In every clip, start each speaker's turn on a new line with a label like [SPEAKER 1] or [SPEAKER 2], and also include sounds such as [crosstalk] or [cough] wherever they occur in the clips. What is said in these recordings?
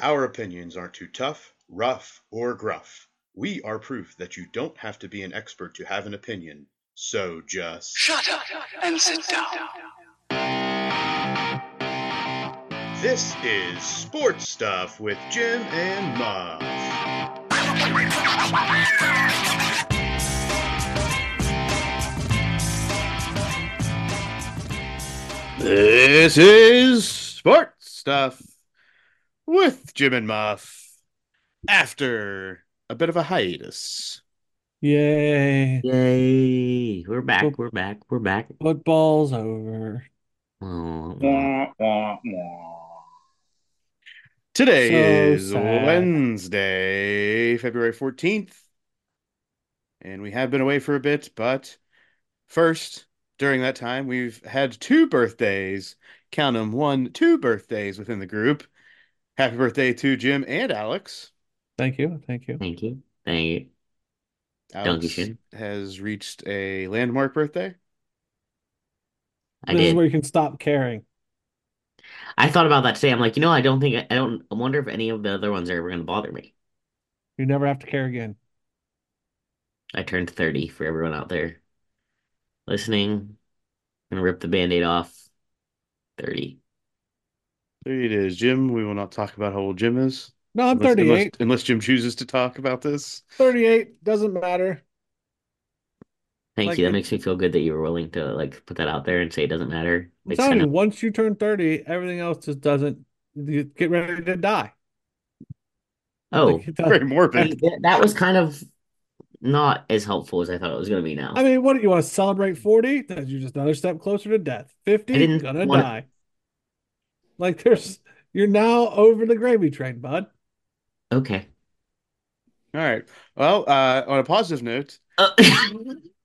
[SPEAKER 1] Our opinions aren't too tough, rough, or gruff. We are proof that you don't have to be an expert to have an opinion. So just
[SPEAKER 2] Shut up and sit down.
[SPEAKER 1] This is Sports Stuff with Jim and Muff. This is Sports Stuff with Jim and Muff after a bit of a hiatus.
[SPEAKER 3] Yay.
[SPEAKER 4] Yay! We're
[SPEAKER 3] Boop.
[SPEAKER 4] back, we're back, we're back.
[SPEAKER 3] Football's over.
[SPEAKER 4] Oh,
[SPEAKER 1] Today
[SPEAKER 3] So
[SPEAKER 1] is
[SPEAKER 3] sad.
[SPEAKER 1] Wednesday, February 14th. And we have been away for a bit, but first, during that time, we've had two birthdays. Count them one, two birthdays within the group. Happy birthday to Jim and Alex.
[SPEAKER 3] Thank you. Thank you.
[SPEAKER 4] thank you. Thank you.
[SPEAKER 1] Alex
[SPEAKER 4] Dankeschön.
[SPEAKER 1] has reached a landmark birthday.
[SPEAKER 4] I
[SPEAKER 3] this is
[SPEAKER 4] did.
[SPEAKER 3] where you can stop caring.
[SPEAKER 4] I thought about that today. I'm like, you know, I don't think I don't I wonder if any of the other ones are ever gonna bother me.
[SPEAKER 3] You never have to care again.
[SPEAKER 4] I turned 30 for everyone out there listening. Gonna rip the band-aid off. 30.
[SPEAKER 1] There it is, Jim. We will not talk about how old Jim is.
[SPEAKER 3] No, I'm
[SPEAKER 1] Unless- unless-
[SPEAKER 3] 38.
[SPEAKER 1] unless Jim chooses to talk about this.
[SPEAKER 3] 38 doesn't matter.
[SPEAKER 4] Thank
[SPEAKER 1] Like
[SPEAKER 4] you. That
[SPEAKER 1] the-
[SPEAKER 4] makes me feel good that you were willing to like put that out there and say it doesn't matter.
[SPEAKER 3] I'm
[SPEAKER 4] Like,
[SPEAKER 3] telling
[SPEAKER 4] I
[SPEAKER 3] you,
[SPEAKER 4] know-
[SPEAKER 3] once you turn 30, everything else just doesn't. You get ready to die. [laughs]
[SPEAKER 4] Oh,
[SPEAKER 3] Like, it
[SPEAKER 1] Very
[SPEAKER 3] doesn't-
[SPEAKER 1] morbid.
[SPEAKER 4] like, th- that was kind of not as helpful as I thought it was gonna be now.
[SPEAKER 3] I mean, what do you want to celebrate 40? That's you just another step closer to death. 50,
[SPEAKER 4] I didn't
[SPEAKER 3] gonna
[SPEAKER 4] wanna-
[SPEAKER 3] die. Like there's you're now over the gravy train, bud.
[SPEAKER 4] Okay. [laughs]
[SPEAKER 1] All right. Well, uh, on a positive note,
[SPEAKER 4] Uh,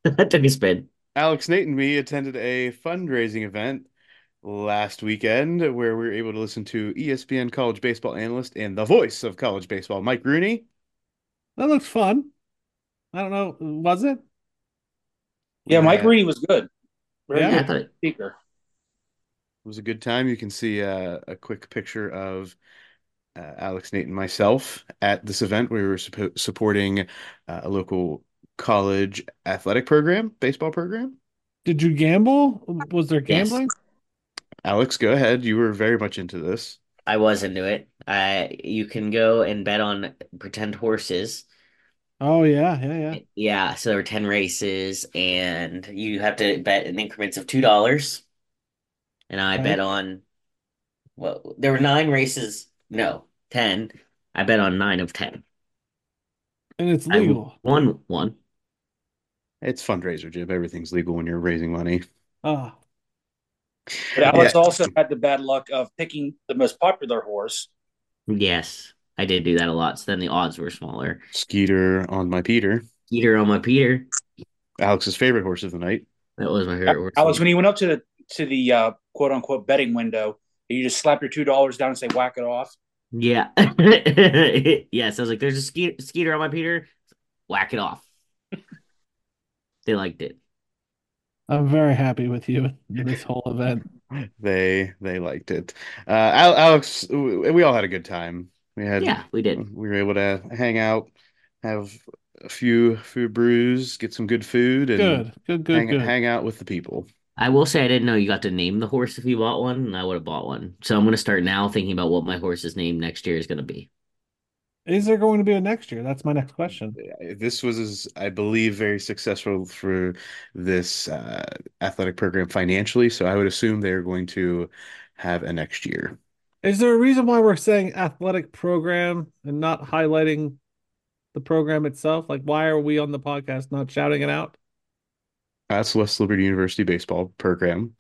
[SPEAKER 4] that took a spin.
[SPEAKER 1] Alex, Nate, and me attended a fundraising event last weekend where we were able to listen to E ESPN college baseball analyst and the voice of college baseball, Mike Rooney.
[SPEAKER 3] That looks fun. I don't know, was it?
[SPEAKER 5] Yeah, Mike
[SPEAKER 1] Uh,
[SPEAKER 5] Rooney was good. Very
[SPEAKER 3] Yeah.
[SPEAKER 4] Yeah, I
[SPEAKER 5] good
[SPEAKER 4] thought it,
[SPEAKER 5] speaker.
[SPEAKER 1] It was a good time. You can see uh, a quick picture of uh, Alex, Nate, and myself at this event. We were suppo- supporting uh, a local college athletic program, baseball program.
[SPEAKER 3] Did you gamble? Was there
[SPEAKER 4] Yes.
[SPEAKER 3] gambling?
[SPEAKER 1] Alex, go ahead. You were very much into this.
[SPEAKER 4] I was into it. I you can go and bet on pretend horses.
[SPEAKER 3] Oh yeah, yeah, yeah.
[SPEAKER 4] Yeah, so there were 10 races and you have to bet in increments of $2. And I
[SPEAKER 3] Okay.
[SPEAKER 4] bet on well, there were nine races. No, 10. I bet on nine of 10.
[SPEAKER 3] And it's
[SPEAKER 4] I
[SPEAKER 3] legal.
[SPEAKER 4] won one.
[SPEAKER 1] It's fundraiser, Jim. Everything's legal when you're raising money.
[SPEAKER 3] Ah,
[SPEAKER 5] But Alex also had the bad luck of picking the most popular horse.
[SPEAKER 4] Yes, I did do that a lot. So then the odds were smaller.
[SPEAKER 1] Skeeter on my Peter,
[SPEAKER 4] Peter on my Peter.
[SPEAKER 1] Alex's favorite horse of the night.
[SPEAKER 4] That was my favorite horse.
[SPEAKER 5] Alex, when he went up to the to the uh, quote unquote betting window, you just slap your two dollars down and say whack it off.
[SPEAKER 4] Yeah. [laughs] Yes, I was like, there's a ske skeeter on my Peter. Whack it off. They liked it.
[SPEAKER 3] I'm very happy with you in this whole event.
[SPEAKER 1] [laughs] They they liked it. Uh, Al Alex, we, we all had a good time. We had
[SPEAKER 4] Yeah, we did.
[SPEAKER 1] we were able to hang out, have a few few brews, get some good food, and
[SPEAKER 3] Good, good, good,
[SPEAKER 1] hang
[SPEAKER 3] good.
[SPEAKER 1] hang out with the people.
[SPEAKER 4] I will say I didn't know you got to name the horse if you bought one, and I would have bought one. So I'm going to start now thinking about what my horse's name next year is going to be.
[SPEAKER 3] Is there going to be a next year? That's my next question.
[SPEAKER 1] This was, I believe, very successful for this uh, athletic program financially. So I would assume they're going to have a next year.
[SPEAKER 3] Is there a reason why we're saying athletic program and not highlighting the program itself? Like, why are we on the podcast not shouting it out?
[SPEAKER 1] That's West Liberty University baseball program.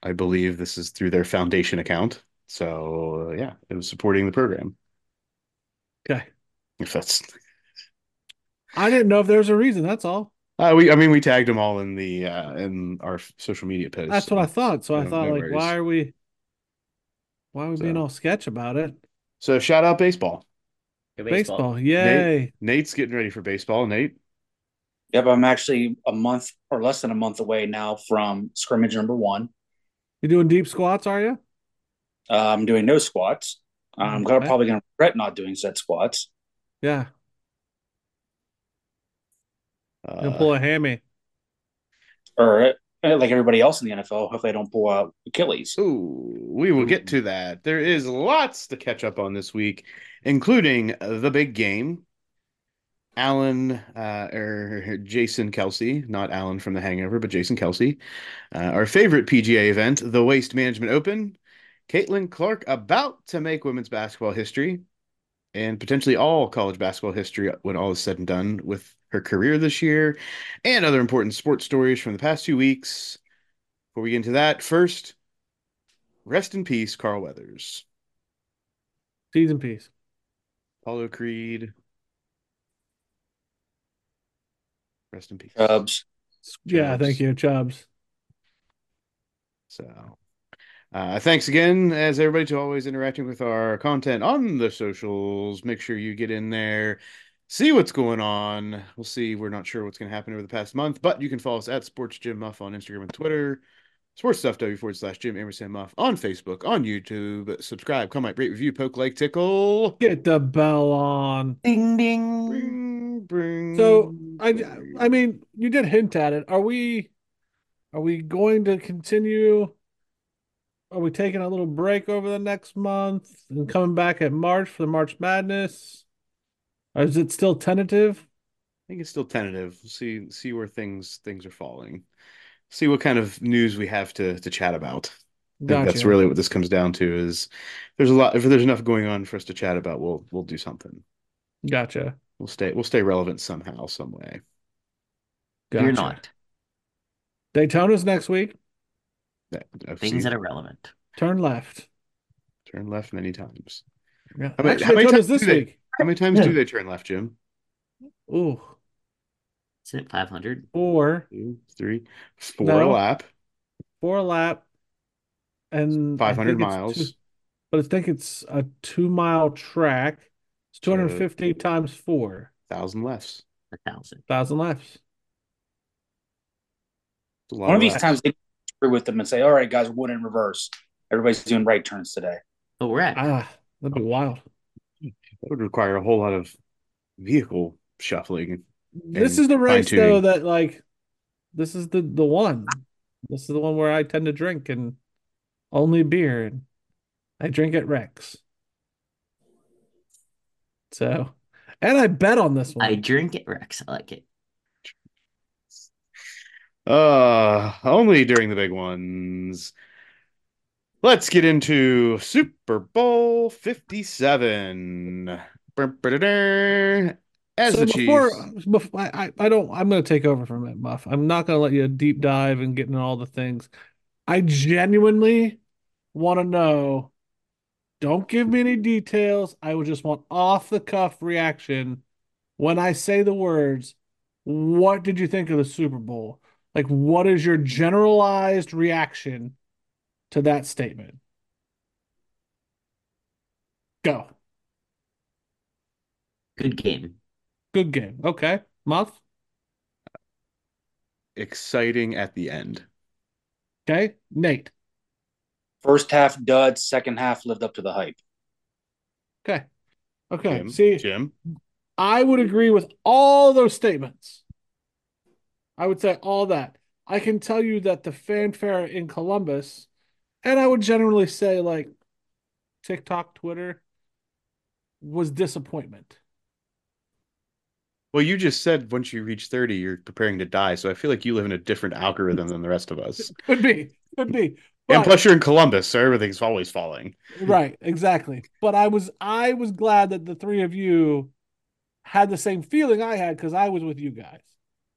[SPEAKER 1] I believe this is through their foundation account. So yeah, it was supporting the program.
[SPEAKER 3] Okay.
[SPEAKER 1] If that's
[SPEAKER 3] I didn't know if there was a reason. That's all.
[SPEAKER 1] uh, we, I mean, we tagged them all in the uh, in our social media post.
[SPEAKER 3] That's what I thought. So I
[SPEAKER 1] No-
[SPEAKER 3] thought,
[SPEAKER 1] no
[SPEAKER 3] like,
[SPEAKER 1] worries.
[SPEAKER 3] why are we, why are we being
[SPEAKER 1] So-
[SPEAKER 3] all sketch about it?
[SPEAKER 1] So shout out baseball.
[SPEAKER 4] Go
[SPEAKER 3] Baseball, yay.
[SPEAKER 1] Nate's getting ready for baseball. Nate,
[SPEAKER 5] Yep, I'm actually a month or less than a month away now from scrimmage number one.
[SPEAKER 3] You're doing deep squats, are you?
[SPEAKER 5] Uh, I'm doing no squats. I'm gonna-
[SPEAKER 3] Okay.
[SPEAKER 5] probably going to regret not doing set squats.
[SPEAKER 3] Yeah. You'll
[SPEAKER 1] Uh,
[SPEAKER 3] pull a hammy.
[SPEAKER 5] Or uh, like everybody else in the NFL, hopefully I don't pull out Achilles.
[SPEAKER 1] ooh, we will get to that. There is lots to catch up on this week, including uh, the big game. Alan uh, or Jason Kelsey, not Alan from The Hangover, but Jason Kelsey. Uh, our favorite PGA event, the Waste Management Open. Caitlin Clark about to make women's basketball history and potentially all college basketball history when all is said and done with her career this year and other important sports stories from the past two weeks. Before we get into that, first, rest in peace, Carl Weathers,
[SPEAKER 3] Season piece.
[SPEAKER 1] Apollo Creed. Rest in peace.
[SPEAKER 5] Cubs.
[SPEAKER 3] Yeah,
[SPEAKER 1] Chubbs.
[SPEAKER 3] thank you, Chubbs.
[SPEAKER 1] So, uh, thanks again, as everybody, to always interacting with our content on the socials. Make sure you get in there, see what's going on. We'll see. We're not sure what's going to happen over the past month, but you can follow us at Sports Jim Muff on Instagram and Twitter. Sports Stuff W forward slash Jim Emerson Muff on Facebook, on YouTube. Subscribe, comment, rate, review, poke, like, tickle.
[SPEAKER 3] Get the bell on.
[SPEAKER 2] Ding ding.
[SPEAKER 1] Bring, bring,
[SPEAKER 3] So, I
[SPEAKER 1] bring.
[SPEAKER 3] I mean, you did hint at it. Are we are we going to continue? Are we taking a little break over the next month and coming back at March for the March Madness? Or is it still tentative?
[SPEAKER 1] I think it's still tentative. We'll see see where things things are falling. See what kind of news we have to to chat about. I think that's
[SPEAKER 3] Gotcha.
[SPEAKER 1] really what this comes down to is there's a lot if there's enough going on for us to chat about, we'll we'll do something.
[SPEAKER 3] Gotcha.
[SPEAKER 1] We'll stay we'll stay relevant somehow, some way.
[SPEAKER 4] You're
[SPEAKER 3] Gotcha.
[SPEAKER 4] not.
[SPEAKER 3] Daytona's next week.
[SPEAKER 1] That- I've
[SPEAKER 4] Things
[SPEAKER 1] seen
[SPEAKER 4] that are relevant.
[SPEAKER 3] Turn left.
[SPEAKER 1] turn left many times.
[SPEAKER 3] Yeah.
[SPEAKER 1] How many-
[SPEAKER 3] Actually,
[SPEAKER 1] how many
[SPEAKER 3] Daytona's
[SPEAKER 1] times
[SPEAKER 3] this
[SPEAKER 1] do they-
[SPEAKER 3] week.
[SPEAKER 1] How many times do they turn left, Jim?
[SPEAKER 3] Ooh,
[SPEAKER 4] Isn't it 500?
[SPEAKER 3] four,
[SPEAKER 1] Two, three, four a
[SPEAKER 3] No.
[SPEAKER 1] lap,
[SPEAKER 3] four lap, and I
[SPEAKER 1] five hundred
[SPEAKER 3] think it's two-
[SPEAKER 1] miles.
[SPEAKER 3] but I think it's a two mile track. It's
[SPEAKER 1] So-
[SPEAKER 3] 250 times four,
[SPEAKER 1] Thousand lefts.
[SPEAKER 4] A thousand.
[SPEAKER 3] 1,000 laps.
[SPEAKER 1] It's a lot
[SPEAKER 5] One of
[SPEAKER 1] of
[SPEAKER 5] these
[SPEAKER 1] laps.
[SPEAKER 5] times they screw with them and say, all right, guys, one in reverse. Everybody's doing right turns today.
[SPEAKER 4] Oh, we're at.
[SPEAKER 3] Ah, that'd be wild.
[SPEAKER 1] That would require a whole lot of vehicle shuffling.
[SPEAKER 3] This is the race,
[SPEAKER 1] fine-tuning.
[SPEAKER 3] though, that like this is the the one. This is the one where I tend to drink and only beer and I drink at Rex. So, and I bet on this one.
[SPEAKER 4] I drink it, Rex. I like it.
[SPEAKER 1] Uh, only during the big ones. Let's get into Super Bowl 57. Brr-brr-brr-brr. As
[SPEAKER 3] So
[SPEAKER 1] the
[SPEAKER 3] before,
[SPEAKER 1] Chiefs,
[SPEAKER 3] before I, I don't, I'm going to take over from it, Muff. I'm not going to let you deep dive and get into all the things. I genuinely want to know. Don't give me any details. I would just want off the cuff reaction when I say the words. What did you think of the Super Bowl? Like, what is your generalized reaction to that statement? Go.
[SPEAKER 4] Good game.
[SPEAKER 3] Good game. Okay. Muff.
[SPEAKER 1] exciting at the end.
[SPEAKER 3] Okay. Nate.
[SPEAKER 5] First half dud, second half lived up to the hype.
[SPEAKER 3] Okay. Okay.
[SPEAKER 1] Jim,
[SPEAKER 3] See,
[SPEAKER 1] Jim,
[SPEAKER 3] I would agree with all those statements. I would say all that. I can tell you that the fanfare in Columbus, and I would generally say like TikTok, Twitter, was disappointment.
[SPEAKER 1] well, you just said once you reach 30, you're preparing to die, so I feel like you live in a different algorithm than the rest of us.
[SPEAKER 3] Could be. Could be.
[SPEAKER 1] And
[SPEAKER 3] But,
[SPEAKER 1] plus, you're in Columbus, so everything's always falling.
[SPEAKER 3] right, exactly. But I was I was glad that the three of you had the same feeling I had because I was with you guys.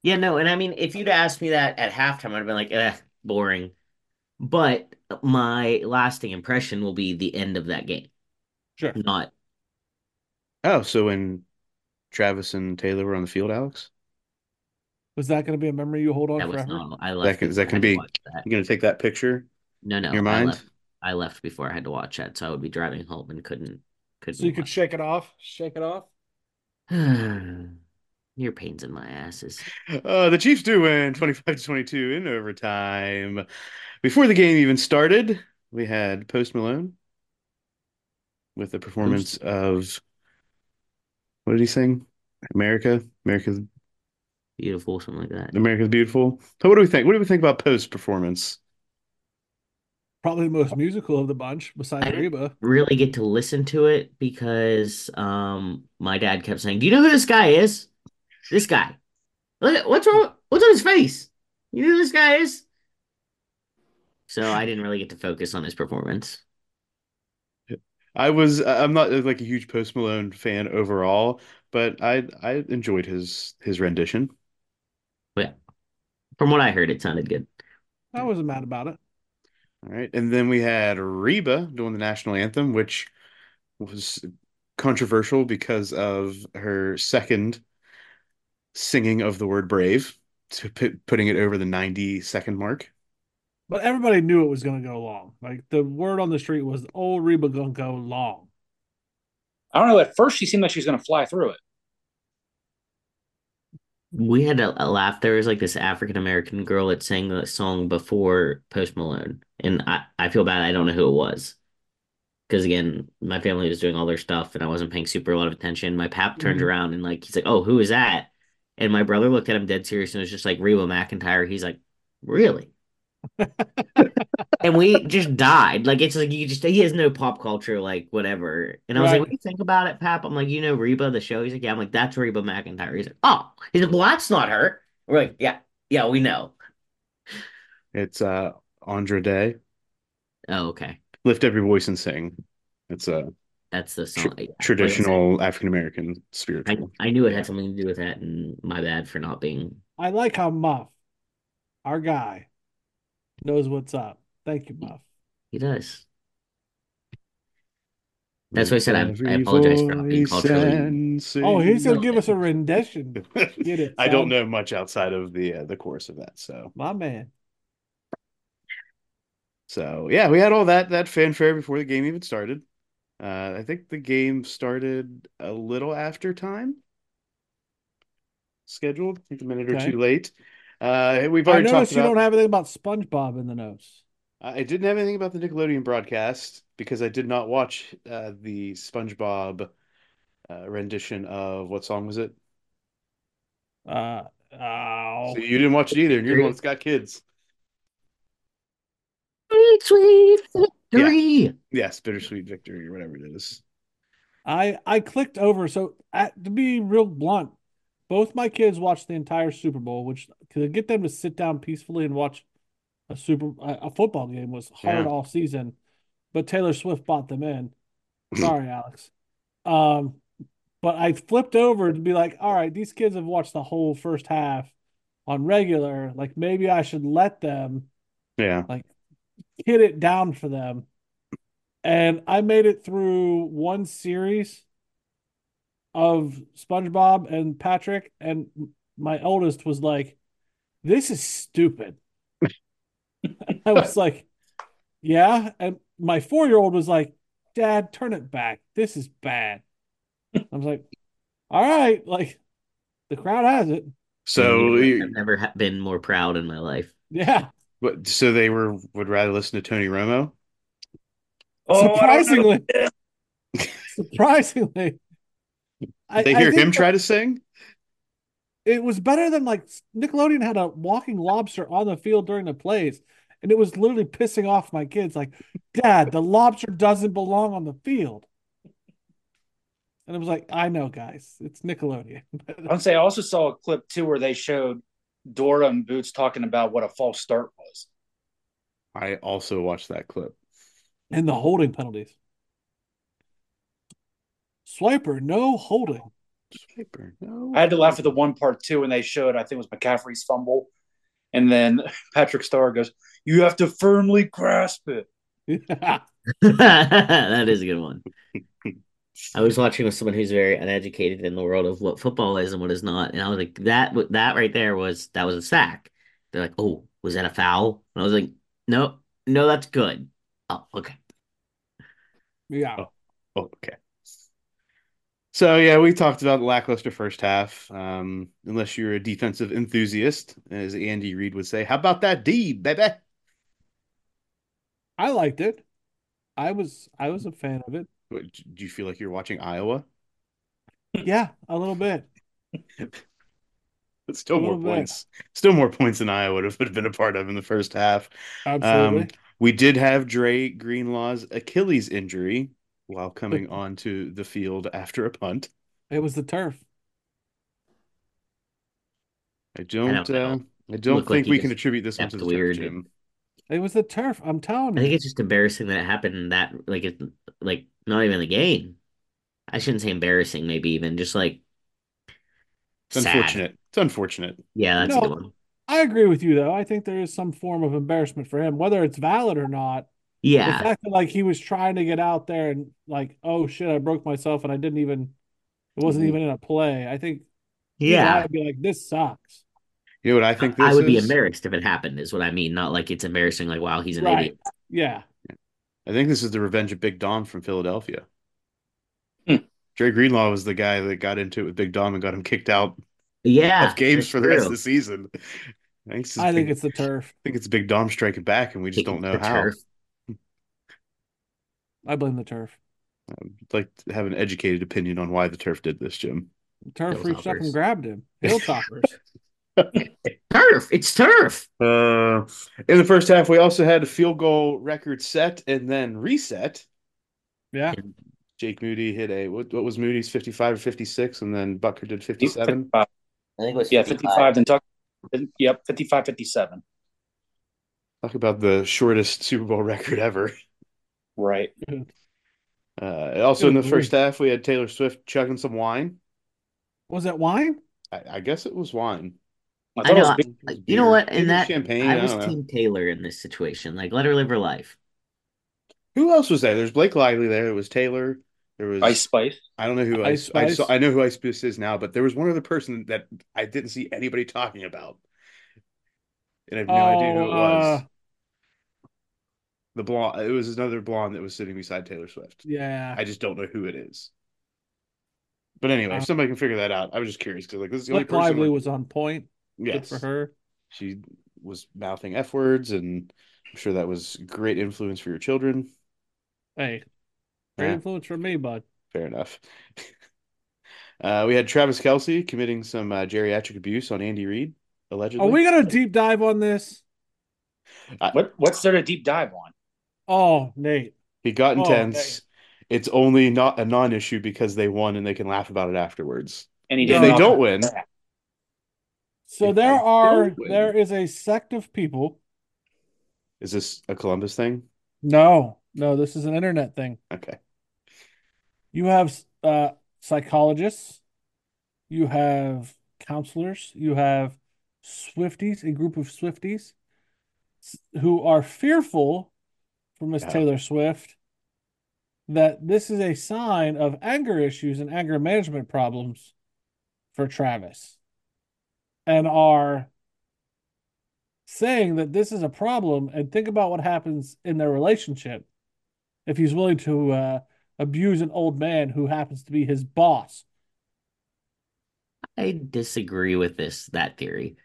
[SPEAKER 4] Yeah, no, and I mean, if you'd asked me that at halftime, I'd have been like, eh, boring. But my lasting impression will be the end of that game,
[SPEAKER 3] Sure.
[SPEAKER 4] not
[SPEAKER 1] Oh, so when Travis and Taylor were on the field, Alex?
[SPEAKER 3] Was that going to be a memory you hold on
[SPEAKER 4] that was
[SPEAKER 3] forever?
[SPEAKER 4] not. I left.
[SPEAKER 1] can-
[SPEAKER 4] before I
[SPEAKER 1] that can
[SPEAKER 4] had to
[SPEAKER 1] be-
[SPEAKER 4] watch that.
[SPEAKER 1] You gonna take that picture
[SPEAKER 4] No, no,
[SPEAKER 1] in your
[SPEAKER 4] I
[SPEAKER 1] mind?
[SPEAKER 4] left. I left before I had to watch that, so I would be driving home and couldn't couldn't
[SPEAKER 3] So you could
[SPEAKER 4] watch.
[SPEAKER 3] shake it off, shake it off.
[SPEAKER 4] [sighs] Your pains in my asses.
[SPEAKER 1] Uh, the Chiefs do win 25 to 22 in overtime. Before the game even started, we had Post Malone with the performance of what did he sing? America, America's
[SPEAKER 4] Beautiful, something like that.
[SPEAKER 1] America's beautiful. So what do we think? What do we think about Post performance?
[SPEAKER 3] Probably the most musical of the bunch, besides
[SPEAKER 4] I don't-
[SPEAKER 3] Reba.
[SPEAKER 4] Really get to listen to it because um my dad kept saying, "Do you know who this guy is? This guy. Look, at- what's wrong? What's on his face? You know who this guy is?" So I didn't really get to focus on his performance.
[SPEAKER 1] I was I- I'm not uh, like a huge Post Malone fan overall, but I I enjoyed his his rendition.
[SPEAKER 4] From what I heard, it sounded good.
[SPEAKER 3] I wasn't mad about it.
[SPEAKER 1] All right. And then we had Reba doing the national anthem, which was controversial because of her second singing of the word brave, to put, putting it over the 90 second mark.
[SPEAKER 3] But everybody knew it was going to go long. Like the word on the street was, "Old Reba gonna go long."
[SPEAKER 5] I don't know. At first, she seemed like she was going to fly through it.
[SPEAKER 4] We had a, a laugh. There was like this African American girl that sang the song before Post Malone, and I, I feel bad. I don't know who it was. Because again, my family was doing all their stuff and I wasn't paying super a lot of attention. My pap turned
[SPEAKER 3] Mhm.
[SPEAKER 4] around and like he's like, "Oh, who is that?" And my brother looked at him dead serious and was just like, "Reba McIntyre." He's like, "Really?" And we just died. Like it's like you just he has no pop culture, like whatever. And I was like,
[SPEAKER 3] Right.
[SPEAKER 4] "What do you think about it, pap?" I'm like, "You know Reba the show?" He's like, "Yeah." I'm like, "That's Reba McIntyre." He's like, "Oh." He's like, "Well, that's not her." We're like, "Yeah, yeah, we know."
[SPEAKER 1] It's uh Andra Day.
[SPEAKER 4] Oh, okay.
[SPEAKER 1] Lift every voice and sing. It's a
[SPEAKER 4] That's the
[SPEAKER 1] tr-
[SPEAKER 4] song. Yeah. Like I said,
[SPEAKER 1] traditional African American
[SPEAKER 4] I,
[SPEAKER 1] spiritual.
[SPEAKER 4] I knew it had something to do with that, and my bad for not being.
[SPEAKER 3] I like how Muff, our guy, knows what's up. Thank you, Muff.
[SPEAKER 4] He does. That's what I said, I- I apologize for not being culturally-
[SPEAKER 3] Oh, he's
[SPEAKER 1] he's
[SPEAKER 3] going to give us a rendition. Get it?
[SPEAKER 1] [laughs] I don't
[SPEAKER 3] son.
[SPEAKER 1] know much outside of the uh, the course of that, so.
[SPEAKER 3] My man.
[SPEAKER 1] So yeah, we had all that that fanfare before the game even started. Uh, I think the game started a little after time scheduled, I think a minute or
[SPEAKER 3] Okay.
[SPEAKER 1] two late. Uh, we've
[SPEAKER 3] I
[SPEAKER 1] already
[SPEAKER 3] noticed
[SPEAKER 1] talked
[SPEAKER 3] you don't
[SPEAKER 1] about.
[SPEAKER 3] have anything about SpongeBob in the notes.
[SPEAKER 1] I didn't have anything about the Nickelodeon broadcast because I did not watch uh, the SpongeBob uh, rendition of what song was it?
[SPEAKER 3] Uh, oh.
[SPEAKER 1] So you didn't watch it either, and you're the one that's got kids.
[SPEAKER 4] Sweet, sweet
[SPEAKER 1] Yeah.
[SPEAKER 4] victory.
[SPEAKER 1] Yes, Bittersweet Victory or whatever it is.
[SPEAKER 3] I I clicked over. So at, to be real blunt, both my kids watched the entire Super Bowl, which to get them to sit down peacefully and watch a super a, a football game was hard
[SPEAKER 1] Yeah.
[SPEAKER 3] all season. But Taylor Swift bought them in. Sorry, Alex. Um, but I flipped over to be like, all right, these kids have watched the whole first half on regular. Like maybe I should let them
[SPEAKER 1] Yeah.
[SPEAKER 3] hit it down for them. And I made it through one series of SpongeBob and Patrick, and my eldest was like, This is stupid. [laughs] And I was like, Yeah. And my four year old was like, Dad, turn it back. This is bad. I was like, All right. Like, the crowd has it. [laughs]
[SPEAKER 1] So
[SPEAKER 4] I've
[SPEAKER 1] you-
[SPEAKER 4] never ha- been more proud in my life. [laughs]
[SPEAKER 3] Yeah.
[SPEAKER 1] What, so they were would rather listen to Tony Romo?
[SPEAKER 3] Oh,
[SPEAKER 5] Oh,
[SPEAKER 3] Surprisingly. Surprisingly. I,
[SPEAKER 1] they
[SPEAKER 3] I
[SPEAKER 1] hear
[SPEAKER 3] think
[SPEAKER 1] him
[SPEAKER 3] that-
[SPEAKER 1] try to sing?
[SPEAKER 3] it was better than like Nickelodeon had a walking lobster on the field during the plays, and it was literally pissing off my kids. Like, Dad, the lobster doesn't belong on the field. And it was like, I know, guys, it's Nickelodeon. [laughs]
[SPEAKER 5] I would say I also saw a clip too where they showed Dora and Boots talking about what a false start was.
[SPEAKER 1] I also watched that clip.
[SPEAKER 3] and the holding penalties. Swiper, no holding. [laughs]
[SPEAKER 1] Swiper, no.
[SPEAKER 5] I had to laugh at the one part too when they showed I think it was McCaffrey's fumble, and then [laughs] Patrick Starr goes, "You have to firmly grasp it."
[SPEAKER 4] that is a good one. I was watching with someone who's very uneducated in the world of what football is and what is not, and I was like, that w- that right there was that was a sack. They're like, oh, was that a foul? And I was like, no, no, that's good. Oh, okay.
[SPEAKER 3] yeah.
[SPEAKER 1] Oh, okay. So yeah, we talked about the lackluster first half. Um, unless you're a defensive enthusiast, as Andy Reid would say, how about that D, baby?
[SPEAKER 3] I liked it. I was I was a fan of it.
[SPEAKER 1] What, do you feel like you're watching Iowa?
[SPEAKER 3] Yeah, a little bit.
[SPEAKER 1] It's still
[SPEAKER 3] A
[SPEAKER 1] more
[SPEAKER 3] little bit.
[SPEAKER 1] points. Still more points than Iowa would have been a part of in the first half.
[SPEAKER 3] Absolutely.
[SPEAKER 1] We did have Dre Greenlaw's Achilles injury
[SPEAKER 3] [laughs]
[SPEAKER 1] while coming onto the field after a punt.
[SPEAKER 3] it was the turf.
[SPEAKER 1] I don't.
[SPEAKER 4] know.
[SPEAKER 1] uh, I don't
[SPEAKER 4] Looked like
[SPEAKER 1] think
[SPEAKER 4] he
[SPEAKER 1] we can
[SPEAKER 4] just
[SPEAKER 1] attribute this one to
[SPEAKER 4] stepped
[SPEAKER 1] the
[SPEAKER 4] weird.
[SPEAKER 1] weird. Gym.
[SPEAKER 3] It was the turf. I'm telling
[SPEAKER 4] I think
[SPEAKER 3] you.
[SPEAKER 4] it's just embarrassing that it happened that like it like not even the game. I shouldn't say embarrassing, maybe even just like
[SPEAKER 1] It's
[SPEAKER 4] sad.
[SPEAKER 1] unfortunate. It's unfortunate.
[SPEAKER 4] Yeah, that's a good
[SPEAKER 3] No.
[SPEAKER 4] one.
[SPEAKER 3] I agree with you though. I think there is some form of embarrassment for him, whether it's valid or not. The
[SPEAKER 4] Yeah,
[SPEAKER 3] fact that like he was trying to get out there and like, oh shit, I broke myself and I didn't even it wasn't even in a play. I think even
[SPEAKER 4] yeah.
[SPEAKER 3] I'd be like, this sucks.
[SPEAKER 1] You know what I think this
[SPEAKER 4] I would be
[SPEAKER 1] is?
[SPEAKER 4] embarrassed if it happened, is what I mean. Not like it's embarrassing, like wow, he's an
[SPEAKER 3] Right.
[SPEAKER 4] idiot.
[SPEAKER 3] Yeah.
[SPEAKER 1] I think this is the revenge of Big Dom from Philadelphia.
[SPEAKER 5] Hmm.
[SPEAKER 1] Dre Greenlaw was the guy that got into it with Big Dom and got him kicked out
[SPEAKER 4] Yeah,
[SPEAKER 1] of games
[SPEAKER 4] that's
[SPEAKER 1] for the rest of
[SPEAKER 4] true.
[SPEAKER 1] the season. Thanks. to
[SPEAKER 3] I
[SPEAKER 1] Big-
[SPEAKER 3] think it's the turf.
[SPEAKER 1] I think it's Big Dom striking back, and we just don't
[SPEAKER 4] Kicking
[SPEAKER 1] know
[SPEAKER 4] the
[SPEAKER 1] how.
[SPEAKER 4] turf.
[SPEAKER 3] I blame the turf.
[SPEAKER 1] I'd like to have an educated opinion on why the turf did this, Jim.
[SPEAKER 3] The turf reached up
[SPEAKER 4] Hilltoppers.
[SPEAKER 3] and grabbed him. Hilltoppers.
[SPEAKER 4] Turf. It's turf.
[SPEAKER 1] Uh, in the first half, we also had a field goal record set and then reset.
[SPEAKER 3] yeah.
[SPEAKER 1] Jake Moody hit a what, what was Moody's 55 or 56, and then Butker
[SPEAKER 4] [laughs]
[SPEAKER 1] did 57.
[SPEAKER 5] 55.
[SPEAKER 4] I think it was
[SPEAKER 5] Yeah, 55. Then Tuck. Yep, 55 57.
[SPEAKER 1] Talk about the shortest Super Bowl record ever.
[SPEAKER 5] Right.
[SPEAKER 1] Uh, also, in the
[SPEAKER 3] Good
[SPEAKER 1] first half, we had Taylor Swift chugging some wine.
[SPEAKER 3] Was that wine?
[SPEAKER 1] I, I guess it was wine.
[SPEAKER 5] I
[SPEAKER 4] I
[SPEAKER 5] thought it
[SPEAKER 4] know,
[SPEAKER 5] was big.
[SPEAKER 1] It was
[SPEAKER 4] You know
[SPEAKER 1] beer.
[SPEAKER 4] what? In
[SPEAKER 1] Maybe it was
[SPEAKER 4] that-
[SPEAKER 1] champagne. I
[SPEAKER 4] I was
[SPEAKER 1] don't know.
[SPEAKER 4] Team Taylor in this situation. Like, let her live her life.
[SPEAKER 1] Who else was there? There's Blake Lively there. There was Taylor. There was
[SPEAKER 5] Ice Spice.
[SPEAKER 1] I don't know who
[SPEAKER 3] Ice
[SPEAKER 1] Ice, I
[SPEAKER 3] Spice?
[SPEAKER 1] saw. I know who Ice Spice is now, but there was one other person that I didn't see anybody talking about, and I have no idea who it
[SPEAKER 3] Oh,
[SPEAKER 1] was.
[SPEAKER 3] uh,
[SPEAKER 1] The blonde. It was another blonde that was sitting beside Taylor Swift.
[SPEAKER 3] yeah.
[SPEAKER 1] I just don't know who it is. But anyway, if
[SPEAKER 3] Uh,
[SPEAKER 1] somebody can figure that out, I was just curious because like this is the only
[SPEAKER 3] Blake
[SPEAKER 1] person.
[SPEAKER 3] Lively
[SPEAKER 1] where-
[SPEAKER 3] was on point. Good
[SPEAKER 1] yes,
[SPEAKER 3] for her.
[SPEAKER 1] she was mouthing f words, and I'm sure that was great influence for your children.
[SPEAKER 3] Hey, great
[SPEAKER 1] Yeah.
[SPEAKER 3] influence for me, bud.
[SPEAKER 1] Fair enough. [laughs] uh, we had Travis Kelsey committing some uh, geriatric abuse on Andy Reid, allegedly.
[SPEAKER 3] Are we gonna deep dive on this?
[SPEAKER 1] Uh,
[SPEAKER 5] What, what's there to deep dive on?
[SPEAKER 3] Oh, Nate.
[SPEAKER 1] He got
[SPEAKER 3] Oh,
[SPEAKER 1] intense. It's only not a non-issue because they won and they can laugh about it afterwards.
[SPEAKER 5] And he
[SPEAKER 3] Yeah,
[SPEAKER 1] If
[SPEAKER 5] did
[SPEAKER 1] they
[SPEAKER 5] not-
[SPEAKER 1] don't win,
[SPEAKER 3] So
[SPEAKER 1] If
[SPEAKER 3] there
[SPEAKER 1] I
[SPEAKER 3] are
[SPEAKER 1] don't win-
[SPEAKER 3] there is a sect of people.
[SPEAKER 1] is this a Columbus thing?
[SPEAKER 3] No, no, this is an internet thing.
[SPEAKER 1] Okay.
[SPEAKER 3] You have uh psychologists, you have counselors, you have Swifties, a group of Swifties s- who are fearful for Miss
[SPEAKER 1] Yeah.
[SPEAKER 3] Taylor Swift that this is a sign of anger issues and anger management problems for Travis and are saying that this is a problem and think about what happens in their relationship if he's willing to uh, abuse an old man who happens to be his boss.
[SPEAKER 4] I disagree with this that theory.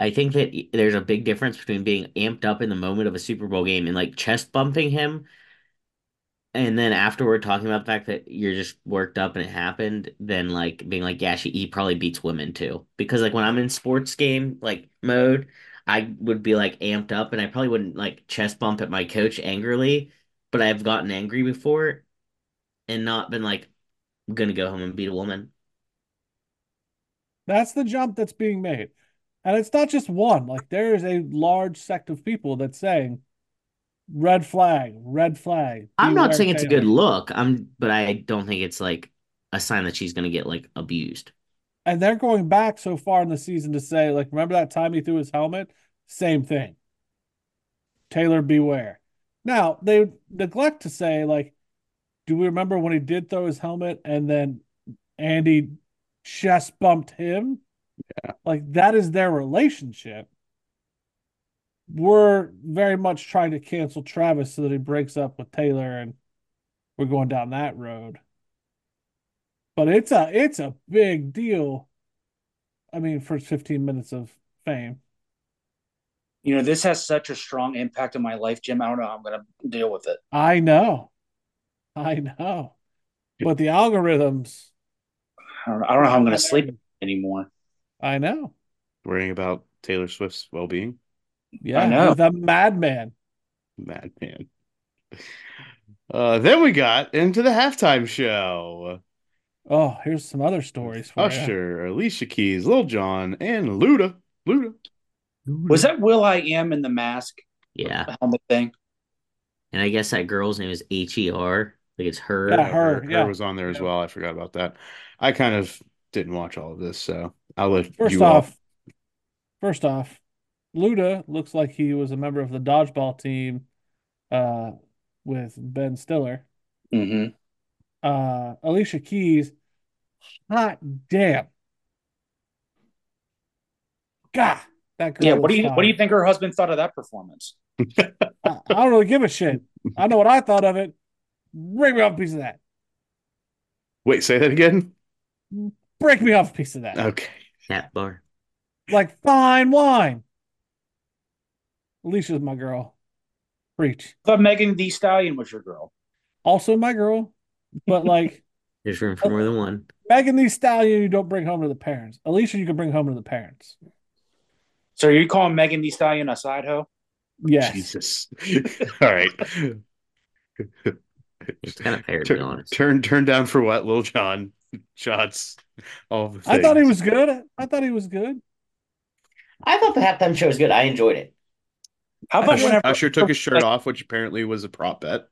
[SPEAKER 4] I think that y- there's a big difference between being amped up in the moment of a Super Bowl game and like chest bumping him, and then afterward talking about the fact that you're just worked up and it happened, than like being like, yeah, she he probably beats women too. Because like when I'm in sports game like mode, I would be like amped up and I probably wouldn't like chest bump at my coach angrily, but I've gotten angry before and not been like, I'm gonna go home and beat a woman.
[SPEAKER 3] That's the jump that's being made. And it's not just one. Like there is a large sect of people that's saying red flag, red flag.
[SPEAKER 4] I'm not
[SPEAKER 3] beware
[SPEAKER 4] saying it's a
[SPEAKER 3] Taylor."
[SPEAKER 4] good look. I'm, but I don't think it's like a sign that she's gonna get like abused.
[SPEAKER 3] And they're going back so far in the season to say, like, remember that time he threw his helmet? Same thing. Taylor, beware. Now, they neglect to say, like, do we remember when he did throw his helmet and then Andy chest bumped him? Yeah. Like, that is their relationship. We're very much trying to cancel Travis so that he breaks up with Taylor and we're going down that road. But it's a it's a big deal. I mean, first 15 minutes of fame.
[SPEAKER 5] You know, this has such a strong impact on my life, Jim. I don't know how I'm going to deal with it.
[SPEAKER 3] I know. I know. But the algorithms,
[SPEAKER 5] I don't, know- I don't know how I'm going to sleep anymore.
[SPEAKER 3] I know.
[SPEAKER 1] Worrying about Taylor Swift's well being.
[SPEAKER 3] Yeah,
[SPEAKER 5] know.
[SPEAKER 3] with a madman.
[SPEAKER 1] Madman. [laughs] Uh, then we got into the halftime show.
[SPEAKER 3] Oh, here's some other stories for ya.
[SPEAKER 1] Usher, Alicia Keys, Lil Jon, and Luda. Luda.
[SPEAKER 5] Was that Will I Am in the mask
[SPEAKER 4] Yeah.
[SPEAKER 5] helmet thing?
[SPEAKER 4] And I guess that girl's name is H E R. Like it's her.
[SPEAKER 3] Yeah, her. yeah.
[SPEAKER 1] was on there as
[SPEAKER 3] Yeah.
[SPEAKER 1] well. I forgot about that. I kind of didn't watch all of this, so I'll let
[SPEAKER 3] First
[SPEAKER 1] you
[SPEAKER 3] off,
[SPEAKER 1] off.
[SPEAKER 3] first off, Luda looks like he was a member of the dodgeball team uh, with Ben Stiller.
[SPEAKER 5] Mm-hmm.
[SPEAKER 3] Uh, Alicia Keys, hot damn. God, that girl
[SPEAKER 5] Yeah. What do
[SPEAKER 3] looks
[SPEAKER 5] you What do you think her husband thought of that performance?
[SPEAKER 3] fine. I, I don't really give a shit. I know what I thought of it. Break me off a piece of that.
[SPEAKER 1] Wait, say that again.
[SPEAKER 3] Break me off a piece of that.
[SPEAKER 1] Okay.
[SPEAKER 4] Cat bar.
[SPEAKER 3] Like fine wine. Alicia's my girl. Preach.
[SPEAKER 5] I thought Megan Thee Stallion was your girl.
[SPEAKER 3] Also my girl. But
[SPEAKER 1] [laughs]
[SPEAKER 3] like
[SPEAKER 4] There's room
[SPEAKER 3] Oh.
[SPEAKER 4] for more than one.
[SPEAKER 3] Megan Thee Stallion, you don't bring home to the parents. Alicia, you can bring home to the parents.
[SPEAKER 5] So are you calling Megan Thee Stallion a side hoe?
[SPEAKER 3] Yes.
[SPEAKER 1] Jesus. [laughs] all right.
[SPEAKER 4] It's kind of fair to be
[SPEAKER 1] turn,
[SPEAKER 4] honest.
[SPEAKER 1] turn turn down for what? Lil Jon shots. All the
[SPEAKER 3] I thought he
[SPEAKER 1] things.
[SPEAKER 3] was good. I thought he was good.
[SPEAKER 4] I thought the halftime show was good. I enjoyed it.
[SPEAKER 5] How about
[SPEAKER 1] Usher,
[SPEAKER 5] whenever?
[SPEAKER 1] Usher took his shirt off, which apparently was a prop bet.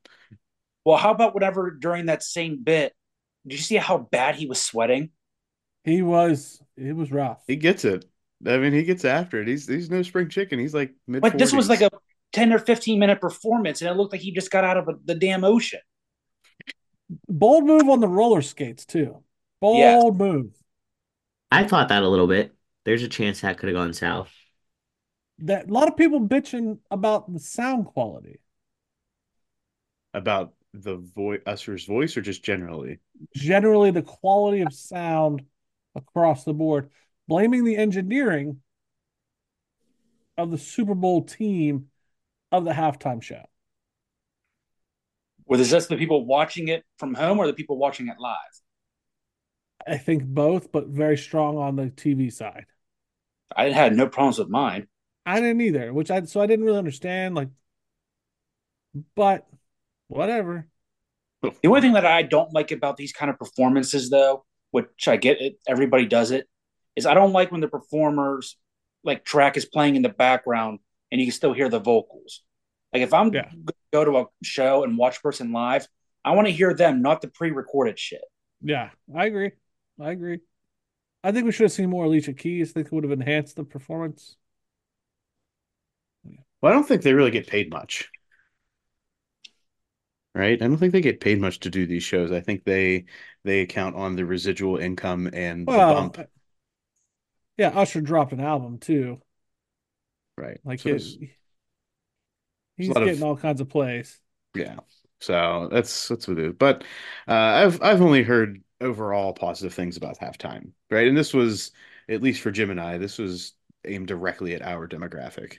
[SPEAKER 5] Well, how about whenever during that same bit? Did you see how bad he was sweating?
[SPEAKER 3] He was it was rough.
[SPEAKER 1] He gets it. I mean, he gets after it. He's he's no spring chicken. He's like mid.
[SPEAKER 5] But this was like a ten or fifteen minute performance, and it looked like he just got out of a, the damn ocean.
[SPEAKER 3] Bold move on the roller skates too. Bold
[SPEAKER 5] Yeah.
[SPEAKER 3] move.
[SPEAKER 4] I thought that a little bit. There's a chance that could have gone south.
[SPEAKER 3] That a lot of people bitching about the sound quality.
[SPEAKER 1] about the voice, Usher's voice, or just generally.
[SPEAKER 3] generally the quality of sound across the board, blaming the engineering of the Super Bowl team of the halftime show.
[SPEAKER 5] Was this the people watching it from home or the people watching it live?
[SPEAKER 3] I think both, but very strong on the TV side.
[SPEAKER 5] I had no problems with mine.
[SPEAKER 3] I didn't either, which I so I didn't really understand. Like, but whatever.
[SPEAKER 5] The only thing that I don't like about these kind of performances, though, which I get it, everybody does it, is I don't like when the performers like track is playing in the background and you can still hear the vocals. Like if I'm
[SPEAKER 3] Yeah.
[SPEAKER 5] go to a show and watch a person live, I want to hear them, not the pre-recorded shit.
[SPEAKER 3] Yeah, I agree. I agree. I think we should have seen more Alicia Keys. I think it would have enhanced the performance.
[SPEAKER 1] Well, I don't think they really get paid much. Right? I don't think they get paid much to do these shows. I think they they account on the residual income and the
[SPEAKER 3] Well,
[SPEAKER 1] bump.
[SPEAKER 3] yeah, Usher dropped an album too.
[SPEAKER 1] Right.
[SPEAKER 3] Like
[SPEAKER 1] So
[SPEAKER 3] it-
[SPEAKER 1] it's-
[SPEAKER 3] he's
[SPEAKER 1] lot of-
[SPEAKER 3] getting all kinds of plays.
[SPEAKER 1] yeah. So that's that's what it is. But uh, I've I've only heard overall positive things about halftime, right? And this was at least for Jim and I, this was aimed directly at our demographic.